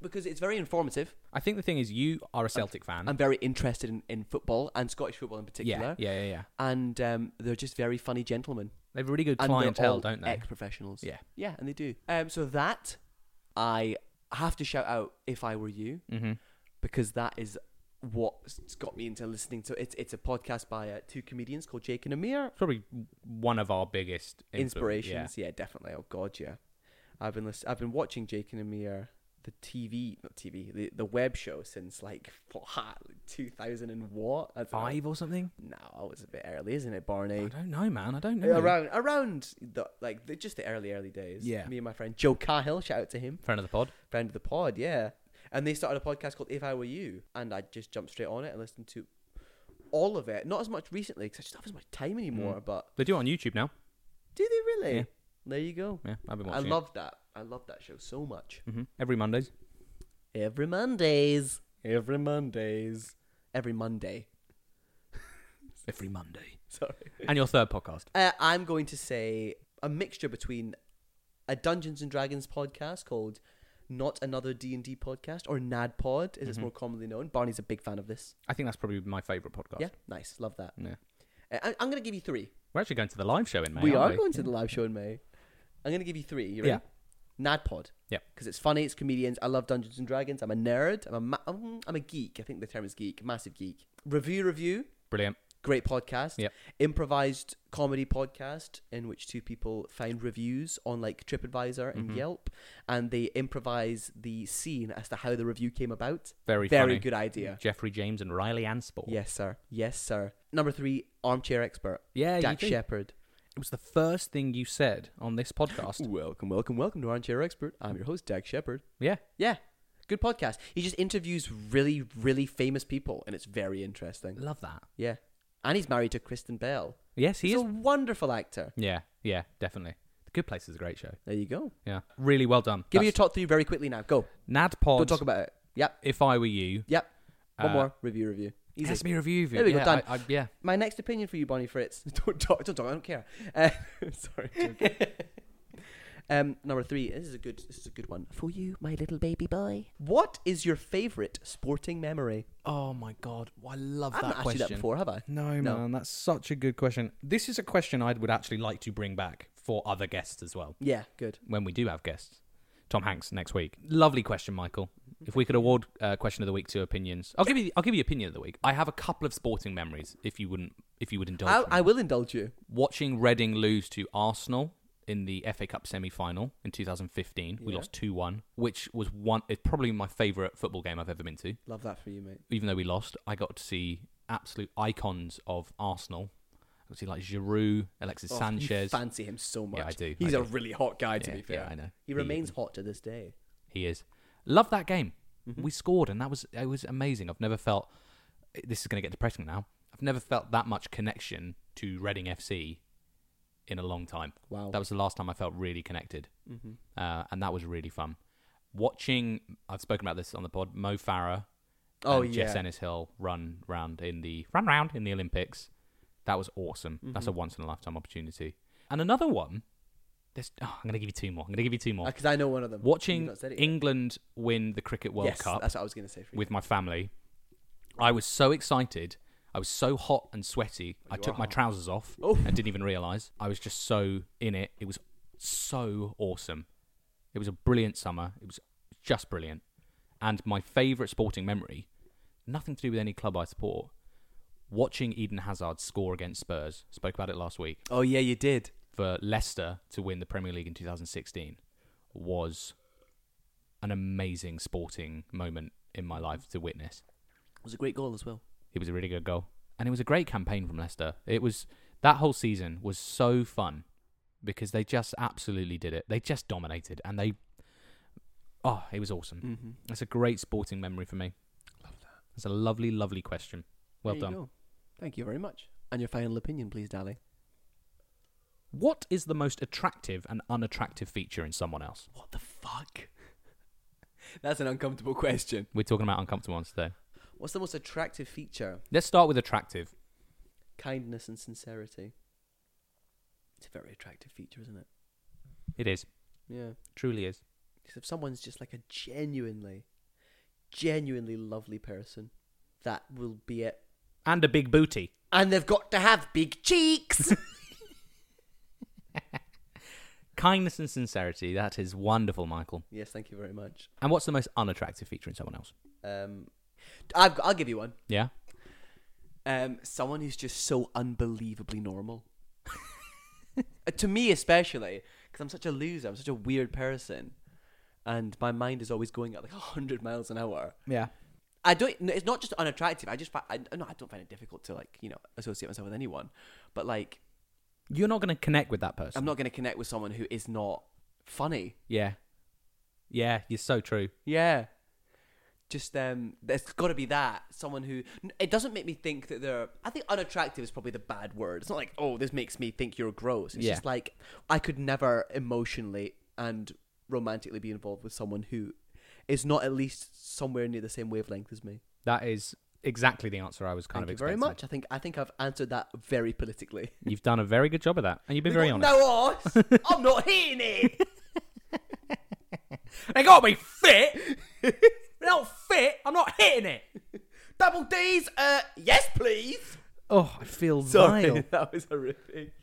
Speaker 2: Because it's very informative.
Speaker 1: I think the thing is, you are a Celtic fan.
Speaker 2: I'm very interested in, in football and Scottish football in
Speaker 1: yeah,
Speaker 2: particular.
Speaker 1: yeah, yeah, yeah.
Speaker 2: And um, they're just very funny gentlemen.
Speaker 1: They have really good
Speaker 2: And they're
Speaker 1: clientele,
Speaker 2: all
Speaker 1: don't they?
Speaker 2: Ex-professionals.
Speaker 1: Yeah.
Speaker 2: yeah, and they do. Um, so that I have to shout out if I were you
Speaker 1: mm-hmm.
Speaker 2: because that is what's got me into listening. to it's it's a podcast by uh, two comedians called Jake and Amir.
Speaker 1: Probably one of our biggest influ-
Speaker 2: Inspirations, yeah. definitely. Oh God, yeah. I've been listen- I've been watching Jake and Amir the TV, not TV, the, the web show since like what, 2000 and what? I
Speaker 1: Yeah.
Speaker 2: don't know.
Speaker 1: Five or something.
Speaker 2: No, it was a bit early, isn't it, Barney?
Speaker 1: I don't know, man. I don't know.
Speaker 2: around around the like the, just the early early days.
Speaker 1: Yeah.
Speaker 2: me and my friend Joe Cahill, shout out to him,
Speaker 1: Friend of the pod.
Speaker 2: friend of the pod. Yeah, and they started a podcast called If I Were You, and I just jumped straight on it and listened to all of it. Not as much recently because I just don't have as much time anymore. But
Speaker 1: They do it on YouTube now.
Speaker 2: do they really?
Speaker 1: Yeah.
Speaker 2: There you go.
Speaker 1: Yeah, I've been
Speaker 2: I
Speaker 1: watching.
Speaker 2: love that. I love that show so much.
Speaker 1: it. hmm every Mondays.
Speaker 2: Every Mondays. Every Mondays. Every Monday.
Speaker 1: Every Monday.
Speaker 2: Sorry.
Speaker 1: And your third podcast.
Speaker 2: Uh, I'm going to say a mixture between a Dungeons and Dragons podcast called Not Another D and D Podcast or NAD Pod, as
Speaker 1: Mm-hmm.
Speaker 2: it's more commonly known. Barney's a big fan of this.
Speaker 1: I think that's probably my favourite podcast.
Speaker 2: Yeah, nice, love that.
Speaker 1: Yeah.
Speaker 2: Uh, I- I'm going to give you three.
Speaker 1: We're actually going to the live show in May.
Speaker 2: we are
Speaker 1: aren't
Speaker 2: going to the live show in May. I'm going to give you three. You ready?
Speaker 1: Yeah.
Speaker 2: NAD Pod.
Speaker 1: Yeah.
Speaker 2: Because it's funny, it's comedians. I love Dungeons and Dragons. I'm a nerd. I'm a ma- um, I'm a geek. I think the term is geek. Massive geek. Review review.
Speaker 1: Mm-hmm. Brilliant.
Speaker 2: Great podcast.
Speaker 1: Yep.
Speaker 2: Improvised comedy podcast in which two people find reviews on like TripAdvisor and
Speaker 1: Mm-hmm.
Speaker 2: Yelp and they improvise the scene as to how the review came about.
Speaker 1: Very,
Speaker 2: Very
Speaker 1: funny.
Speaker 2: good idea.
Speaker 1: Jeffrey James and Riley Ansport.
Speaker 2: Yes, sir. Yes, sir. Number three, armchair expert.
Speaker 1: Yeah, you
Speaker 2: Dak
Speaker 1: do.
Speaker 2: Shepard.
Speaker 1: It was the first thing you said on this podcast.
Speaker 2: Welcome, welcome, welcome to Armchair Expert. I'm your host, Dag Shepard.
Speaker 1: yeah.
Speaker 2: Yeah, good podcast. He just interviews really, really famous people, and it's very interesting.
Speaker 1: Love that.
Speaker 2: Yeah, and he's married to Kristen Bell.
Speaker 1: Yes, he
Speaker 2: He's a
Speaker 1: is.
Speaker 2: wonderful actor.
Speaker 1: Yeah, yeah, definitely. The Good Place is a great show.
Speaker 2: There you go.
Speaker 1: Yeah. Really well done.
Speaker 2: Give me your
Speaker 1: That's
Speaker 2: top three very quickly now. Go.
Speaker 1: NADPod.
Speaker 2: Don't talk about it. Yep,
Speaker 1: If I Were You.
Speaker 2: yep. One
Speaker 1: Uh,
Speaker 2: more review, review. Easy.
Speaker 1: Easy. me review.
Speaker 2: There we go,
Speaker 1: yeah,
Speaker 2: done.
Speaker 1: I- I- yeah.
Speaker 2: My next opinion for you, Bonnie Fritz. don't talk. Don't talk. I don't care. Uh, sorry. joking. um, number three. This is a good. This is a good one for you, my little baby boy. What is your favorite sporting memory?
Speaker 1: Oh my god, I love
Speaker 2: I've not
Speaker 1: that
Speaker 2: asked
Speaker 1: question.
Speaker 2: you that before, have I?
Speaker 1: No,
Speaker 2: No.
Speaker 1: man, that's such a good question. This is a question I would actually like to bring back for other guests as well
Speaker 2: Yeah, good.
Speaker 1: when we do have guests. Tom Hanks next week. Lovely question, Michael. If we could award uh, question of the week to opinions, I'll give you. The, I'll give you opinion of the week. I have a couple of sporting memories. If you wouldn't, if you would indulge,
Speaker 2: I,
Speaker 1: me.
Speaker 2: I will indulge you.
Speaker 1: watching Reading lose to Arsenal in the FA Cup semi-final in 2015. We
Speaker 2: Yeah.
Speaker 1: lost 2-1, which was one. It's probably my favourite football game I've ever been to.
Speaker 2: Love that for you, mate.
Speaker 1: even though we lost, I got to see absolute icons of Arsenal. I got to see like Giroud, Alexis
Speaker 2: Oh, You
Speaker 1: Sanchez.
Speaker 2: fancy him so much.
Speaker 1: I do,
Speaker 2: He's
Speaker 1: I
Speaker 2: a
Speaker 1: do.
Speaker 2: really hot guy, to
Speaker 1: Yeah,
Speaker 2: be fair.
Speaker 1: yeah, I know. He-
Speaker 2: He remains hot to this day.
Speaker 1: he is. Love that game.
Speaker 2: Mm-hmm.
Speaker 1: We scored, and that was it was amazing. I've never felt this is going to get depressing now. I've never felt that much connection to Reading FC in a long time.
Speaker 2: Wow.
Speaker 1: That was the last time I felt really connected, mm-hmm. uh, and that was really fun. Watching, I've spoken about this on the pod. Mo Farah,
Speaker 2: Oh,
Speaker 1: and Jess
Speaker 2: yeah.
Speaker 1: Ennis Hill run round in the run round in the Olympics. That was awesome. That's a
Speaker 2: Mm-hmm.
Speaker 1: once in a lifetime opportunity. And another one. There's, oh, I'm going to give you two more. I'm going to give you two more.
Speaker 2: Because Uh, I know one of them. You've
Speaker 1: Watching
Speaker 2: not said it yet.
Speaker 1: England win the Cricket World
Speaker 2: yes,
Speaker 1: Cup
Speaker 2: That's what I was going to say for you.
Speaker 1: with my family, I was so excited. I was so hot and sweaty. I took my trousers off
Speaker 2: Oh.
Speaker 1: and didn't even realize. I was just so in it. It was so awesome. It was a brilliant summer. It was just brilliant. And my favorite sporting memory, nothing to do with any club I support, watching Eden Hazard score against Spurs. Spoke about it last week
Speaker 2: Oh, yeah, you did.
Speaker 1: for Leicester to win the Premier League in 2016 was an amazing sporting moment in my life to witness.
Speaker 2: It was a great goal as well.
Speaker 1: It was a really good goal, and it was a great campaign from Leicester. It was that whole season was so fun because they just absolutely did it. They just dominated, and they oh, it was awesome.
Speaker 2: Mm-hmm.
Speaker 1: That's a great sporting memory for me.
Speaker 2: Love that.
Speaker 1: That's a lovely, lovely question. Well
Speaker 2: There you
Speaker 1: done.
Speaker 2: go. Thank you very much. And your final opinion, please, darling.
Speaker 1: What is the most attractive and unattractive feature in someone else?
Speaker 2: What the fuck? that's an uncomfortable question.
Speaker 1: We're talking about uncomfortable ones today.
Speaker 2: What's the most attractive feature?
Speaker 1: Let's start with attractive.
Speaker 2: Kindness and sincerity. It's a very attractive feature, isn't it?
Speaker 1: It is.
Speaker 2: Yeah.
Speaker 1: Truly is.
Speaker 2: Because if someone's just like a genuinely, genuinely lovely person, that will be it.
Speaker 1: And a big booty.
Speaker 2: And they've got to have big cheeks.
Speaker 1: Kindness and sincerity. That is wonderful, Michael.
Speaker 2: yes, thank you very much.
Speaker 1: And what's the most unattractive feature in someone else?
Speaker 2: Um, I've, I'll give you one.
Speaker 1: Yeah?
Speaker 2: Um, someone who's just so unbelievably normal. Uh, to me, especially, because I'm such a loser. I'm such a weird person, and my mind is always going at like hundred miles an hour.
Speaker 1: Yeah.
Speaker 2: I don't. no, It's not just unattractive. I just. fi- I, no, I don't find it difficult to like you know associate myself with anyone, but like
Speaker 1: You're not going to connect with that person.
Speaker 2: I'm not going to connect with someone who is not funny.
Speaker 1: yeah. Yeah, you're so true.
Speaker 2: Yeah. just um, there's got to be that someone who it doesn't make me think that they're. I think unattractive is probably the bad word. It's not like oh, this makes me think you're gross. It's
Speaker 1: Yeah.
Speaker 2: just like I could never emotionally and romantically be involved with someone who is not at least somewhere near the same wavelength as me.
Speaker 1: That is exactly the answer I was kind
Speaker 2: Thank
Speaker 1: of
Speaker 2: you very
Speaker 1: expecting.
Speaker 2: much. I think I think I've answered that very politically.
Speaker 1: You've done a very good job of that, and you've been very honest.
Speaker 2: No arse. I'm not hearing it.
Speaker 1: They got me fit. they don't fit. I'm not hitting it.
Speaker 2: Double D's. Uh, yes, please.
Speaker 1: Oh, I feel vile.
Speaker 2: that was horrific.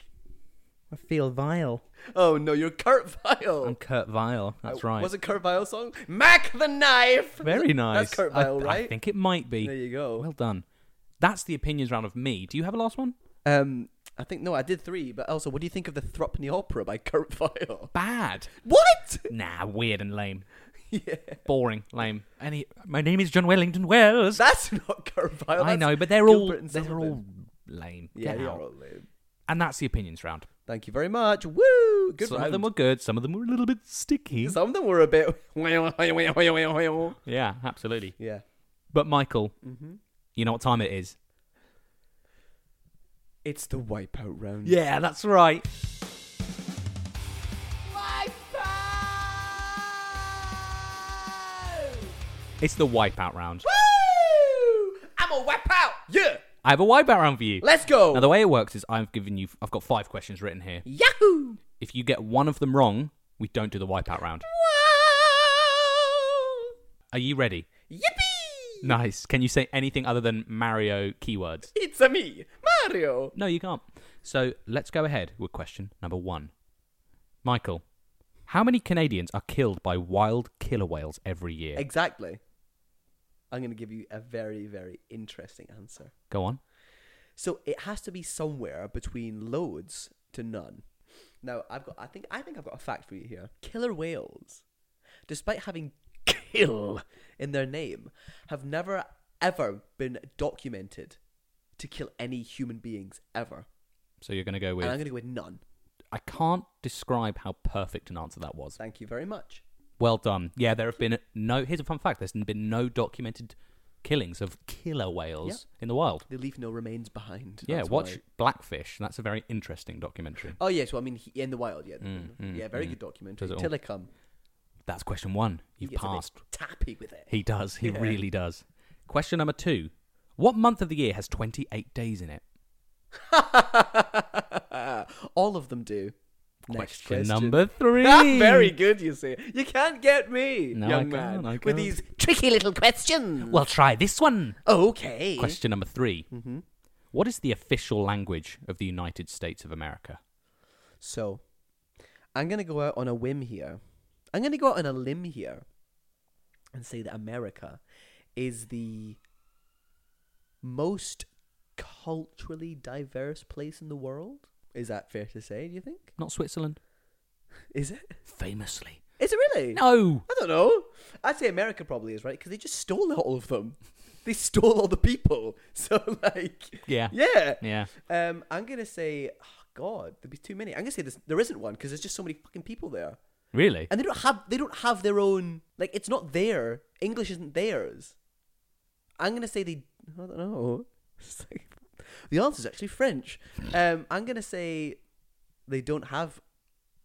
Speaker 1: I feel vile.
Speaker 2: Oh no, you're Kurt Vile.
Speaker 1: I'm Kurt Vile. That's right.
Speaker 2: Uh, Was it Kurt Vile song? Mac the Knife.
Speaker 1: very nice.
Speaker 2: That's Kurt
Speaker 1: I-
Speaker 2: Vile,
Speaker 1: I,
Speaker 2: right?
Speaker 1: think it might be.
Speaker 2: There you go.
Speaker 1: Well done. That's the opinions round of me. Do you have a last one?
Speaker 2: um, I think no, I did three. But also, what do you think of the Thropney Opera by Kurt Vile?
Speaker 1: Bad.
Speaker 2: What?
Speaker 1: Nah, weird and lame.
Speaker 2: yeah,
Speaker 1: Boring, lame. Any. My name is John Wellington Wells.
Speaker 2: that's not Kurt Vile.
Speaker 1: I
Speaker 2: that's
Speaker 1: know, but they're all
Speaker 2: Gilbert and
Speaker 1: they're
Speaker 2: Sullivan.
Speaker 1: all lame.
Speaker 2: Yeah,
Speaker 1: Get
Speaker 2: you're
Speaker 1: out.
Speaker 2: all lame.
Speaker 1: And that's the opinions round.
Speaker 2: Thank you very much. Woo! Good
Speaker 1: some
Speaker 2: round.
Speaker 1: of them were good. Some of them were a little bit sticky.
Speaker 2: Some of them were a bit.
Speaker 1: Yeah, absolutely.
Speaker 2: yeah.
Speaker 1: But Michael, you know what time it is?
Speaker 2: It's the wipeout round.
Speaker 1: Yeah, that's right.
Speaker 2: Wipeout!
Speaker 1: It's the wipeout round.
Speaker 2: Woo! I'm a wipeout. Yeah.
Speaker 1: I have a wipeout round for you.
Speaker 2: Let's go.
Speaker 1: Now the way it works is I've given you I've got five questions written here.
Speaker 2: Yahoo!
Speaker 1: If you get one of them wrong, we don't do the wipeout round.
Speaker 2: Wow!
Speaker 1: Are you ready?
Speaker 2: Yippee!
Speaker 1: Nice. Can you say anything other than Mario keywords?
Speaker 2: It's a me, Mario.
Speaker 1: No, you can't. So let's go ahead with question number one. Michael, how many Canadians are killed by wild killer whales every year?
Speaker 2: Exactly. I'm going to give you a very, very interesting answer.
Speaker 1: Go on.
Speaker 2: So it has to be somewhere between loads to none. Now I've got. I think. I think I've got a fact for you here. Killer whales, despite having "kill" in their name, have never ever been documented to kill any human beings ever.
Speaker 1: So you're going to go with.
Speaker 2: And I'm going to go with none.
Speaker 1: I can't describe how perfect an answer that was.
Speaker 2: Thank you very much.
Speaker 1: Well done. Yeah, there have been no. Here's a fun fact there's been no documented killings of killer whales in the wild.
Speaker 2: They leave no remains behind.
Speaker 1: yeah,
Speaker 2: That's
Speaker 1: watch
Speaker 2: why.
Speaker 1: Blackfish. That's a very interesting documentary.
Speaker 2: Oh yes, well I mean he, in the wild, yeah,
Speaker 1: Mm, mm,
Speaker 2: yeah, very
Speaker 1: mm.
Speaker 2: good documentary.
Speaker 1: Does it all.
Speaker 2: Telecom,
Speaker 1: That's question one.
Speaker 2: He
Speaker 1: You've
Speaker 2: gets a bit
Speaker 1: passed.
Speaker 2: tappy with it.
Speaker 1: He does. He
Speaker 2: Yeah.
Speaker 1: really does. Question number two. What month of the year has 28 days in it?
Speaker 2: All of them do. Next Ah,
Speaker 1: Question, number three.
Speaker 2: Very good, you see. You can't get me,
Speaker 1: No, I
Speaker 2: young
Speaker 1: can't,
Speaker 2: man,
Speaker 1: I
Speaker 2: with
Speaker 1: can't.
Speaker 2: these tricky little questions.
Speaker 1: Well, try this one.
Speaker 2: okay. Mm-hmm.
Speaker 1: Question number 3 What is the official language of the United States of America?
Speaker 2: So, I'm going to go out on a whim here. I'm going to go out on a limb here and say that America is the most culturally diverse place in the world. Is that fair to say, do you think?
Speaker 1: Not Switzerland,
Speaker 2: Is it?
Speaker 1: famously.
Speaker 2: Is it really?
Speaker 1: No.
Speaker 2: I don't know. I'd say America probably is, right? Because they just stole all of them. They stole all the people. So, like,
Speaker 1: Yeah.
Speaker 2: yeah.
Speaker 1: Yeah.
Speaker 2: Um, I'm going to say, oh, God, there'd be too many. I'm going to say this, there isn't one because there's just so many fucking people there.
Speaker 1: Really?
Speaker 2: and they don't have they don't have their own like it's not their English isn't theirs. I'm gonna say they I don't know. It's like- the answer's actually French. Um, I'm gonna say they don't have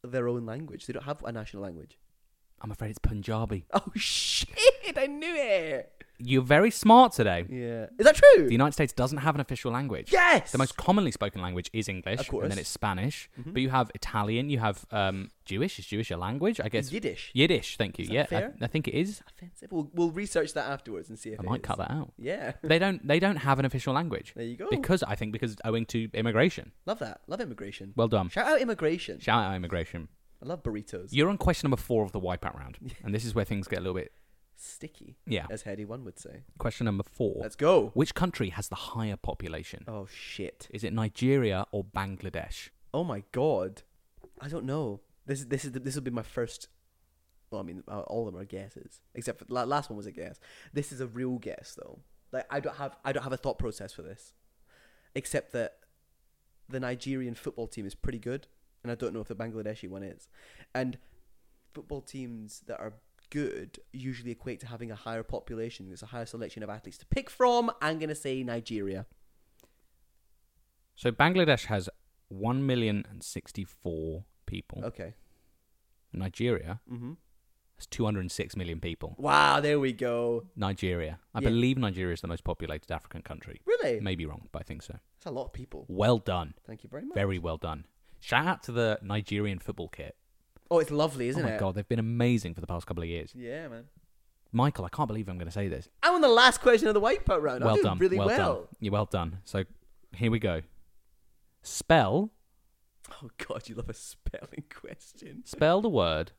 Speaker 2: their own language. They don't have a national language.
Speaker 1: I'm afraid it's Punjabi.
Speaker 2: Oh shit! I knew it.
Speaker 1: You're very smart today.
Speaker 2: Yeah, is that true?
Speaker 1: The United States doesn't have an official language.
Speaker 2: yes.
Speaker 1: The most commonly spoken language is English,
Speaker 2: Of course. Mm-hmm.
Speaker 1: and then it's Spanish. But you have Italian, you have um, Jewish. Is Jewish a language? I guess
Speaker 2: Yiddish.
Speaker 1: Yiddish. Thank you.
Speaker 2: Is that
Speaker 1: yeah, I-
Speaker 2: fair?
Speaker 1: I, think it is.
Speaker 2: Offensive. We'll, we'll research that afterwards and see if
Speaker 1: I
Speaker 2: it
Speaker 1: might
Speaker 2: is.
Speaker 1: cut that out.
Speaker 2: Yeah.
Speaker 1: They don't. They don't have an official language
Speaker 2: There you go.
Speaker 1: because I think because owing to immigration.
Speaker 2: love that. Love immigration.
Speaker 1: Well done.
Speaker 2: Shout out immigration.
Speaker 1: Shout out immigration.
Speaker 2: I love burritos.
Speaker 1: You're on question number four of the wipeout round, and this is where things get a little bit.
Speaker 2: Sticky.
Speaker 1: Yeah.
Speaker 2: as Heady One would say.
Speaker 1: Question number 4
Speaker 2: Let's go.
Speaker 1: Which country has the higher population?
Speaker 2: Oh shit.
Speaker 1: Is it Nigeria or Bangladesh?
Speaker 2: Oh my god. I don't know. This is this is this will be my first. Well, I mean, uh, all of them are guesses, except for la- last one was a guess. This is a real guess though. Like I don't have I don't have a thought process for this, except that the Nigerian football team is pretty good, and I don't know if the Bangladeshi one is, and football teams that are good usually equate to having a higher population. There's a higher selection of athletes to pick from. I'm going to say Nigeria.
Speaker 1: So Bangladesh has 1,064 people.
Speaker 2: Okay.
Speaker 1: Nigeria
Speaker 2: Mm-hmm.
Speaker 1: has 206 million people.
Speaker 2: Wow, there we go.
Speaker 1: Nigeria. I
Speaker 2: Yeah.
Speaker 1: believe Nigeria is the most populated African country.
Speaker 2: Really?
Speaker 1: Maybe wrong, but I think so.
Speaker 2: That's a lot of people.
Speaker 1: Well done.
Speaker 2: Thank you very much.
Speaker 1: Very well done. Shout out to the Nigerian football kit.
Speaker 2: Oh, it's lovely, isn't
Speaker 1: oh my
Speaker 2: it?
Speaker 1: god, they've been amazing for the past couple of years.
Speaker 2: Yeah, man.
Speaker 1: Michael, I can't believe I'm going to say this.
Speaker 2: I'm on the last question of the white part round. I'm
Speaker 1: well
Speaker 2: doing
Speaker 1: done.
Speaker 2: really well.
Speaker 1: done. You're well done. So here we go. Spell
Speaker 2: Oh god, you love a spelling question.
Speaker 1: spell the word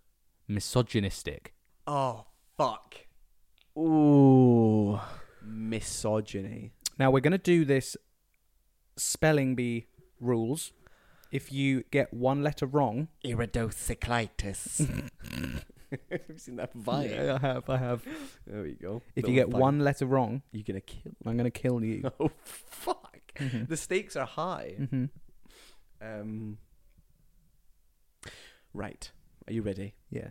Speaker 1: misogynistic.
Speaker 2: Oh fuck. Ooh, misogyny.
Speaker 1: Now we're going to do this spelling bee rules. If you get one letter wrong,
Speaker 2: Iridocyclitis. Have you seen that vine?
Speaker 1: I have, I have.
Speaker 2: There we go.
Speaker 1: If
Speaker 2: Little
Speaker 1: you get
Speaker 2: vine.
Speaker 1: one letter wrong,
Speaker 2: you're gonna kill.
Speaker 1: I'm going to kill you.
Speaker 2: Oh fuck.
Speaker 1: Mm-hmm.
Speaker 2: The stakes are high.
Speaker 1: hmm
Speaker 2: Um. Right. Are you ready?
Speaker 1: Yeah.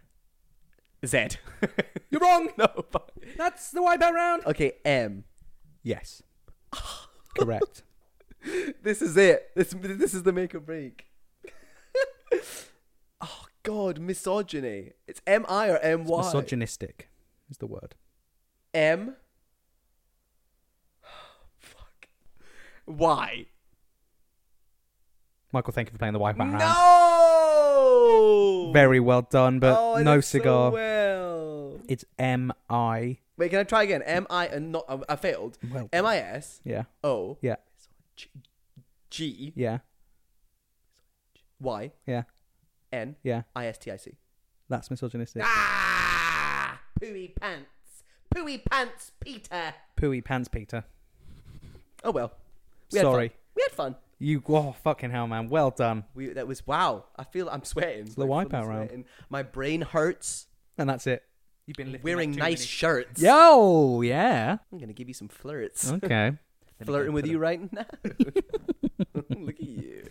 Speaker 2: Z.
Speaker 1: You're wrong.
Speaker 2: no. Fuck.
Speaker 1: That's the wipeout round.
Speaker 2: Okay. M.
Speaker 1: Yes. Correct.
Speaker 2: This is it. This this is the make or break. oh God, misogyny. It's M I or M Y.
Speaker 1: Misogynistic is the word.
Speaker 2: M. Fuck. Y.
Speaker 1: Michael, thank you for playing the wipeout round.
Speaker 2: No.
Speaker 1: Very well done, but
Speaker 2: Oh, I
Speaker 1: no
Speaker 2: did so
Speaker 1: cigar.
Speaker 2: well.
Speaker 1: It's M I.
Speaker 2: Wait, can I try again? M I and not uh, I failed.
Speaker 1: Well,
Speaker 2: M I S
Speaker 1: yeah,
Speaker 2: O
Speaker 1: yeah,
Speaker 2: G- G
Speaker 1: yeah,
Speaker 2: Y
Speaker 1: yeah,
Speaker 2: N
Speaker 1: yeah.
Speaker 2: I S T I C.
Speaker 1: That's misogynistic.
Speaker 2: Ah! Pooey pants. Pooey pants, Peter.
Speaker 1: Pooey pants, Peter.
Speaker 2: Oh well. We had fun.
Speaker 1: Sorry,
Speaker 2: We had fun.
Speaker 1: you. Oh, fucking hell, man. Well done.
Speaker 2: We that was wow. I feel I'm sweating.
Speaker 1: the
Speaker 2: Like,
Speaker 1: wipeout
Speaker 2: fully
Speaker 1: round.
Speaker 2: sweating. My brain hurts.
Speaker 1: And that's it. You've been
Speaker 2: Wearing nice shirts.
Speaker 1: Yo, yeah.
Speaker 2: I'm gonna give you some flirts.
Speaker 1: Okay.
Speaker 2: Flirting with you right now. Look at you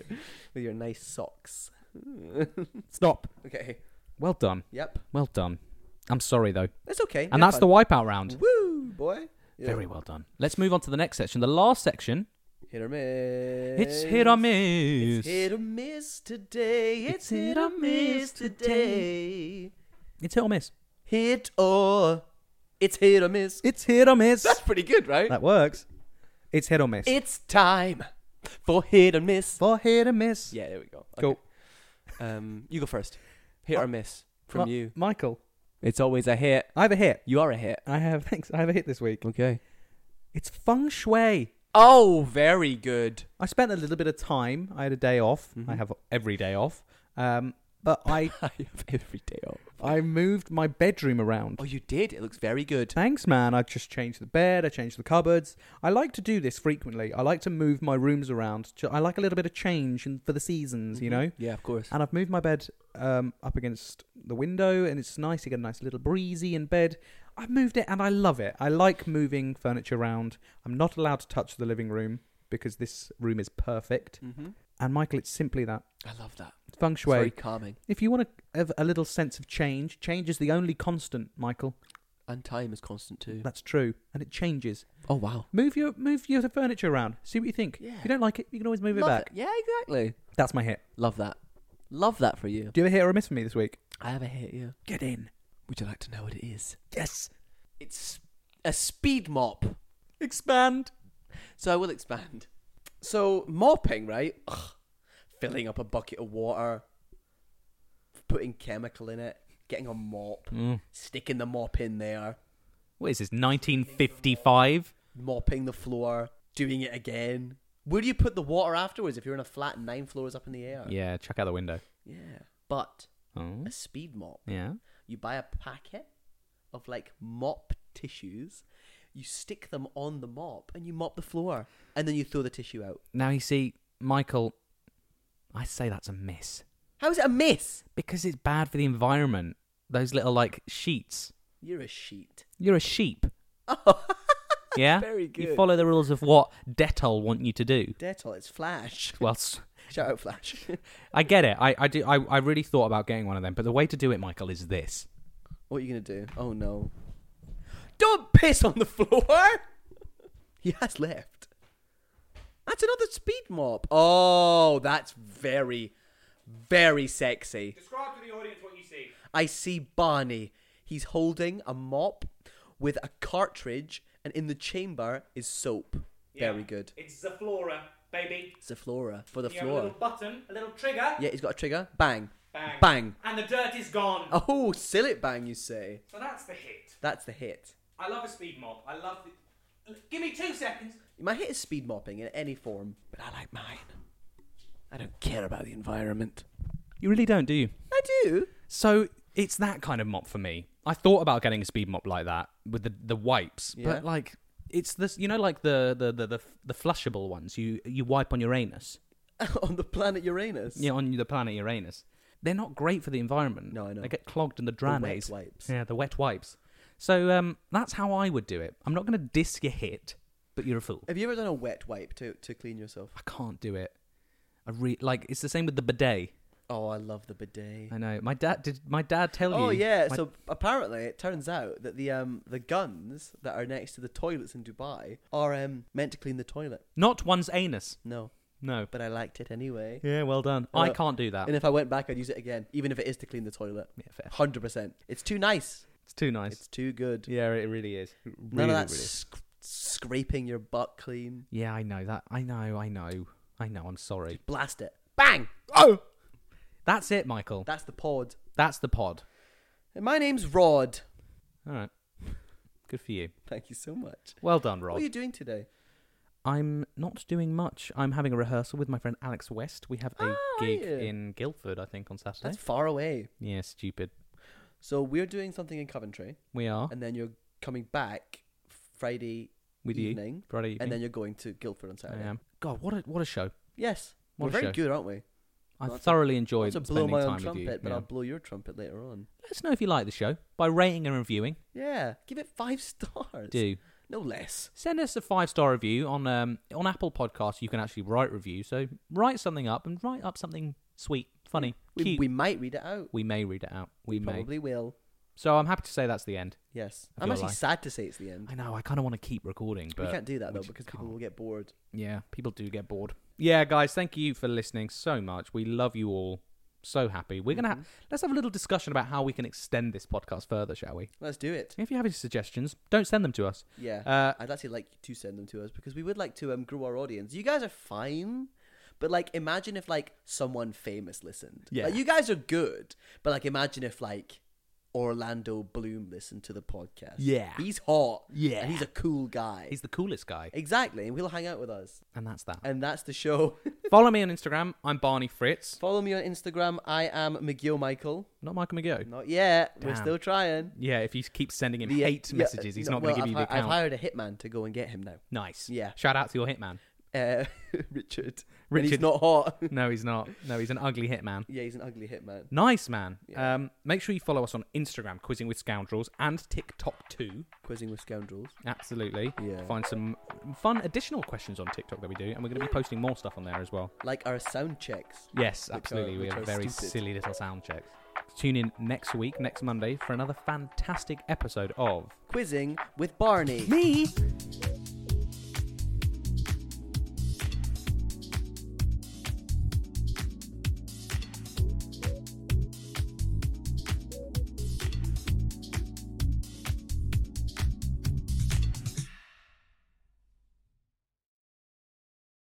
Speaker 2: with your nice socks.
Speaker 1: Stop.
Speaker 2: okay.
Speaker 1: Well done.
Speaker 2: Yep.
Speaker 1: Well done. I'm sorry though,
Speaker 2: That's okay.
Speaker 1: and that's the wipeout round.
Speaker 2: woo boy. Yeah.
Speaker 1: Very well done. Let's move on to the next section. The last section.
Speaker 2: Hit or miss.
Speaker 1: It's hit or miss.
Speaker 2: It's hit or miss today. It's,
Speaker 1: It's
Speaker 2: hit or miss today.
Speaker 1: It's hit or miss.
Speaker 2: Hit or it's hit or miss.
Speaker 1: It's hit or miss.
Speaker 2: That's pretty good, right?
Speaker 1: that works. It's hit or miss.
Speaker 2: It's time for hit or miss.
Speaker 1: For hit or miss.
Speaker 2: Yeah, there we go. Okay. Uh,
Speaker 1: Cool.
Speaker 2: Um, you go first. Hit or miss from
Speaker 1: Ma-
Speaker 2: you.
Speaker 1: Michael.
Speaker 2: It's always a hit.
Speaker 1: I have a hit.
Speaker 2: You are a hit.
Speaker 1: I have thanks. I have a hit this week.
Speaker 2: Okay.
Speaker 1: It's feng shui.
Speaker 2: Oh, very good.
Speaker 1: I spent a little bit of time. I had a day off. I have every day off. Um, but I
Speaker 2: I have every day off.
Speaker 1: I moved my bedroom around.
Speaker 2: Oh, you did. It looks very good.
Speaker 1: Thanks, man. I just changed the bed. I changed the cupboards. I like to do this frequently. I like to move my rooms around. Ju- I like a little bit of change in, for the seasons, you know.
Speaker 2: Yeah, of course.
Speaker 1: And I've moved my bed um, up against the window, and it's nice. You get a nice little breezy in bed. I've moved it, and I love it. I like moving furniture around. I'm not allowed to touch the living room because this room is perfect.
Speaker 2: Mm-hmm.
Speaker 1: And Michael, it's simply that
Speaker 2: I love that.
Speaker 1: It's feng
Speaker 2: It's very
Speaker 1: shui.
Speaker 2: calming.
Speaker 1: If you want to have a little sense of change, change is the only constant, Michael.
Speaker 2: And time is constant too.
Speaker 1: That's true, and it changes.
Speaker 2: Oh wow.
Speaker 1: Move your move your furniture around. See what you think.
Speaker 2: Yeah.
Speaker 1: If you don't like it, you can always move it
Speaker 2: Love
Speaker 1: back.
Speaker 2: it. Yeah, exactly.
Speaker 1: That's my hit.
Speaker 2: Love that. Love that for you.
Speaker 1: Do you have a hit or a miss for me this week?
Speaker 2: I have a hit, yeah.
Speaker 1: Get in.
Speaker 2: Would you like to know what it is?
Speaker 1: Yes.
Speaker 2: It's a speed mop.
Speaker 1: Expand.
Speaker 2: So I will expand. So mopping, right? Ugh. Filling up a bucket of water, putting chemical in it, getting a mop,
Speaker 1: Mm.
Speaker 2: sticking the mop in there,
Speaker 1: What is this? 1955.
Speaker 2: mopping the floor, doing it again. Where do you put the water afterwards if you're in a flat nine floors up in the air?
Speaker 1: Yeah. Check out the window.
Speaker 2: Yeah. But
Speaker 1: Oh.
Speaker 2: a speed mop.
Speaker 1: Yeah.
Speaker 2: You buy a packet of like mop tissues, you stick them on the mop, and you mop the floor, and then you throw the tissue out.
Speaker 1: Now you see, Michael, I say that's a miss
Speaker 2: How is it a miss?
Speaker 1: because it's bad for the environment. Those little like sheets.
Speaker 2: You're a sheet.
Speaker 1: You're a sheep.
Speaker 2: Oh,
Speaker 1: Yeah.
Speaker 2: very
Speaker 1: You
Speaker 2: good.
Speaker 1: follow the rules of what Detol want you to do.
Speaker 2: Dettol, it's Flash.
Speaker 1: Well, s-
Speaker 2: Shout out Flash.
Speaker 1: I get it. I, I do. I, I really thought about getting one of them, but the way to do it, Michael, is this:
Speaker 2: What are you going to do? Oh, no. Don't piss on the floor! he has left. That's another speed mop. Oh, that's very, very sexy.
Speaker 1: Describe to the audience what you see.
Speaker 2: I see Barney. He's holding a mop with a cartridge, and in the chamber is soap. Very good.
Speaker 1: It's the flora, baby.
Speaker 2: It's a flora for the floor.
Speaker 1: button, a little trigger.
Speaker 2: Yeah, he's got a trigger. Bang.
Speaker 1: Bang.
Speaker 2: Bang.
Speaker 1: And the dirt is gone.
Speaker 2: Oh, sillet bang, you say.
Speaker 1: So that's the hit.
Speaker 2: That's the hit.
Speaker 1: I love a speed mop. I love it. Give me two seconds.
Speaker 2: My hit is speed mopping in any form, but I like mine. I don't care about the environment.
Speaker 1: You really don't, do you?
Speaker 2: I do.
Speaker 1: So it's that kind of mop for me. I thought about getting a speed mop like that with the, the wipes,
Speaker 2: Yeah.
Speaker 1: but like it's this, you know, like the the, the the the flushable ones. You you wipe on your anus,
Speaker 2: On the planet Uranus.
Speaker 1: yeah, on the planet Uranus. They're not great for the environment.
Speaker 2: No, I know.
Speaker 1: They get clogged in the
Speaker 2: The
Speaker 1: dran
Speaker 2: wet
Speaker 1: a's.
Speaker 2: wipes.
Speaker 1: Yeah, the wet wipes. So um, that's how I would do it. I'm not going to diss your hit, but you're a fool.
Speaker 2: Have you ever done a wet wipe to, to clean yourself?
Speaker 1: I can't do it. I re- like it's the same with the bidet.
Speaker 2: Oh, I love the bidet.
Speaker 1: I know. My dad did. My dad tell you?
Speaker 2: Oh yeah,
Speaker 1: My-
Speaker 2: so apparently it turns out that the um the guns that are next to the toilets in Dubai are um meant to clean the toilet.
Speaker 1: not one's anus.
Speaker 2: No,
Speaker 1: No.
Speaker 2: but I liked it anyway.
Speaker 1: Yeah, well done.
Speaker 2: Uh,
Speaker 1: I can't do that.
Speaker 2: And if I went back, I'd use it again, even if it is to clean the toilet.
Speaker 1: Yeah, fair.
Speaker 2: Hundred percent. It's too nice.
Speaker 1: It's too nice.
Speaker 2: It's too good.
Speaker 1: yeah, it really is.
Speaker 2: None of that sc- scraping your butt clean.
Speaker 1: Yeah, I know that. I know. I know. I know. I'm sorry.
Speaker 2: Blast it. Bang.
Speaker 1: Oh, that's it, Michael.
Speaker 2: That's the pod.
Speaker 1: That's the pod.
Speaker 2: And my name's Rod.
Speaker 1: All right. Good for you.
Speaker 2: Thank you so much.
Speaker 1: Well done,
Speaker 2: What
Speaker 1: Rob.
Speaker 2: are you doing today?
Speaker 1: Eh? I'm not doing much. I'm having a rehearsal with my friend Alex West. We have a
Speaker 2: Oh, are
Speaker 1: gig
Speaker 2: you?
Speaker 1: in Guildford, I think, on Saturday.
Speaker 2: That's far away.
Speaker 1: Yeah, stupid.
Speaker 2: So we're doing something in Coventry,
Speaker 1: We are
Speaker 2: and then you're coming back Friday
Speaker 1: with you
Speaker 2: evening.
Speaker 1: Friday evening.
Speaker 2: and then you're going to Guildford on Saturday.
Speaker 1: I am. God, what a what a show!
Speaker 2: Yes,
Speaker 1: What
Speaker 2: we're
Speaker 1: a
Speaker 2: very
Speaker 1: show.
Speaker 2: good, aren't we?
Speaker 1: I
Speaker 2: Not to-
Speaker 1: thoroughly
Speaker 2: Not
Speaker 1: enjoyed
Speaker 2: to
Speaker 1: spending
Speaker 2: blow my
Speaker 1: time
Speaker 2: own
Speaker 1: with
Speaker 2: trumpet,
Speaker 1: you.
Speaker 2: but
Speaker 1: yeah.
Speaker 2: I'll blow your trumpet later on.
Speaker 1: Let us know if you like the show by rating and reviewing.
Speaker 2: Yeah, give it five stars.
Speaker 1: Do
Speaker 2: No less.
Speaker 1: send us a five star review on um, on Apple Podcasts. You can actually write reviews. So write something up and write up something sweet, funny,
Speaker 2: We,
Speaker 1: cute.
Speaker 2: we might read it out.
Speaker 1: We may read it out. We may.
Speaker 2: Probably will.
Speaker 1: So I'm happy to say that's the end.
Speaker 2: Yes,
Speaker 1: Of
Speaker 2: I'm
Speaker 1: your
Speaker 2: actually
Speaker 1: life.
Speaker 2: sad to say it's the end.
Speaker 1: I know. I kind of want to keep recording, but
Speaker 2: we can't do
Speaker 1: we
Speaker 2: that though
Speaker 1: just
Speaker 2: because people
Speaker 1: can't.
Speaker 2: will get bored.
Speaker 1: yeah, people do get bored. Yeah, guys, thank you for listening so much. We love you all. So happy. We're gonna ha-
Speaker 2: Mm-hmm.
Speaker 1: let's have a little discussion about how we can extend this podcast further, shall we?
Speaker 2: Let's do it.
Speaker 1: If you have any suggestions, don't send them to us.
Speaker 2: Yeah,
Speaker 1: Uh,
Speaker 2: I'd actually like you to send them to us because we would like to um, grow our audience. You guys are fine. But like, imagine if like someone famous listened.
Speaker 1: Yeah.
Speaker 2: like, you guys are good. But like, imagine if like Orlando Bloom listened to the podcast.
Speaker 1: Yeah.
Speaker 2: he's hot.
Speaker 1: Yeah.
Speaker 2: and he's a cool guy.
Speaker 1: He's the coolest guy,
Speaker 2: exactly, and he'll hang out with us.
Speaker 1: and that's that.
Speaker 2: And that's the show.
Speaker 1: Follow me on Instagram. I'm Barney Fritz,
Speaker 2: Follow me on Instagram. I am McGill Michael.
Speaker 1: not Michael McGill.
Speaker 2: Not yet. We're
Speaker 1: Damn.
Speaker 2: still trying.
Speaker 1: Yeah, if you keep sending him
Speaker 2: The-
Speaker 1: hate
Speaker 2: yeah,
Speaker 1: messages, he's
Speaker 2: no,
Speaker 1: not going to
Speaker 2: well,
Speaker 1: give you the
Speaker 2: I've hi-
Speaker 1: account.
Speaker 2: I've hired a hitman to go and get him now.
Speaker 1: nice.
Speaker 2: Yeah.
Speaker 1: Shout out to your hitman.
Speaker 2: Uh, Richard. And he's
Speaker 1: Richard.
Speaker 2: not hot.
Speaker 1: No, he's not. No, he's an ugly hitman.
Speaker 2: Yeah, he's an ugly hitman.
Speaker 1: Nice man. Um, make sure you follow us on Instagram, Quizzing with Scoundrels, and TikTok too.
Speaker 2: Quizzing with scoundrels.
Speaker 1: Absolutely.
Speaker 2: Yeah.
Speaker 1: Find some fun additional questions on TikTok that we do, and we're going to be posting more stuff on there as well.
Speaker 2: Like our sound checks.
Speaker 1: Yes,
Speaker 2: Which are-
Speaker 1: absolutely. we
Speaker 2: which
Speaker 1: have
Speaker 2: are
Speaker 1: very
Speaker 2: stupid.
Speaker 1: silly little sound checks. Tune in next week, next Monday, for another fantastic episode of
Speaker 2: Quizzing with Barney.
Speaker 1: me.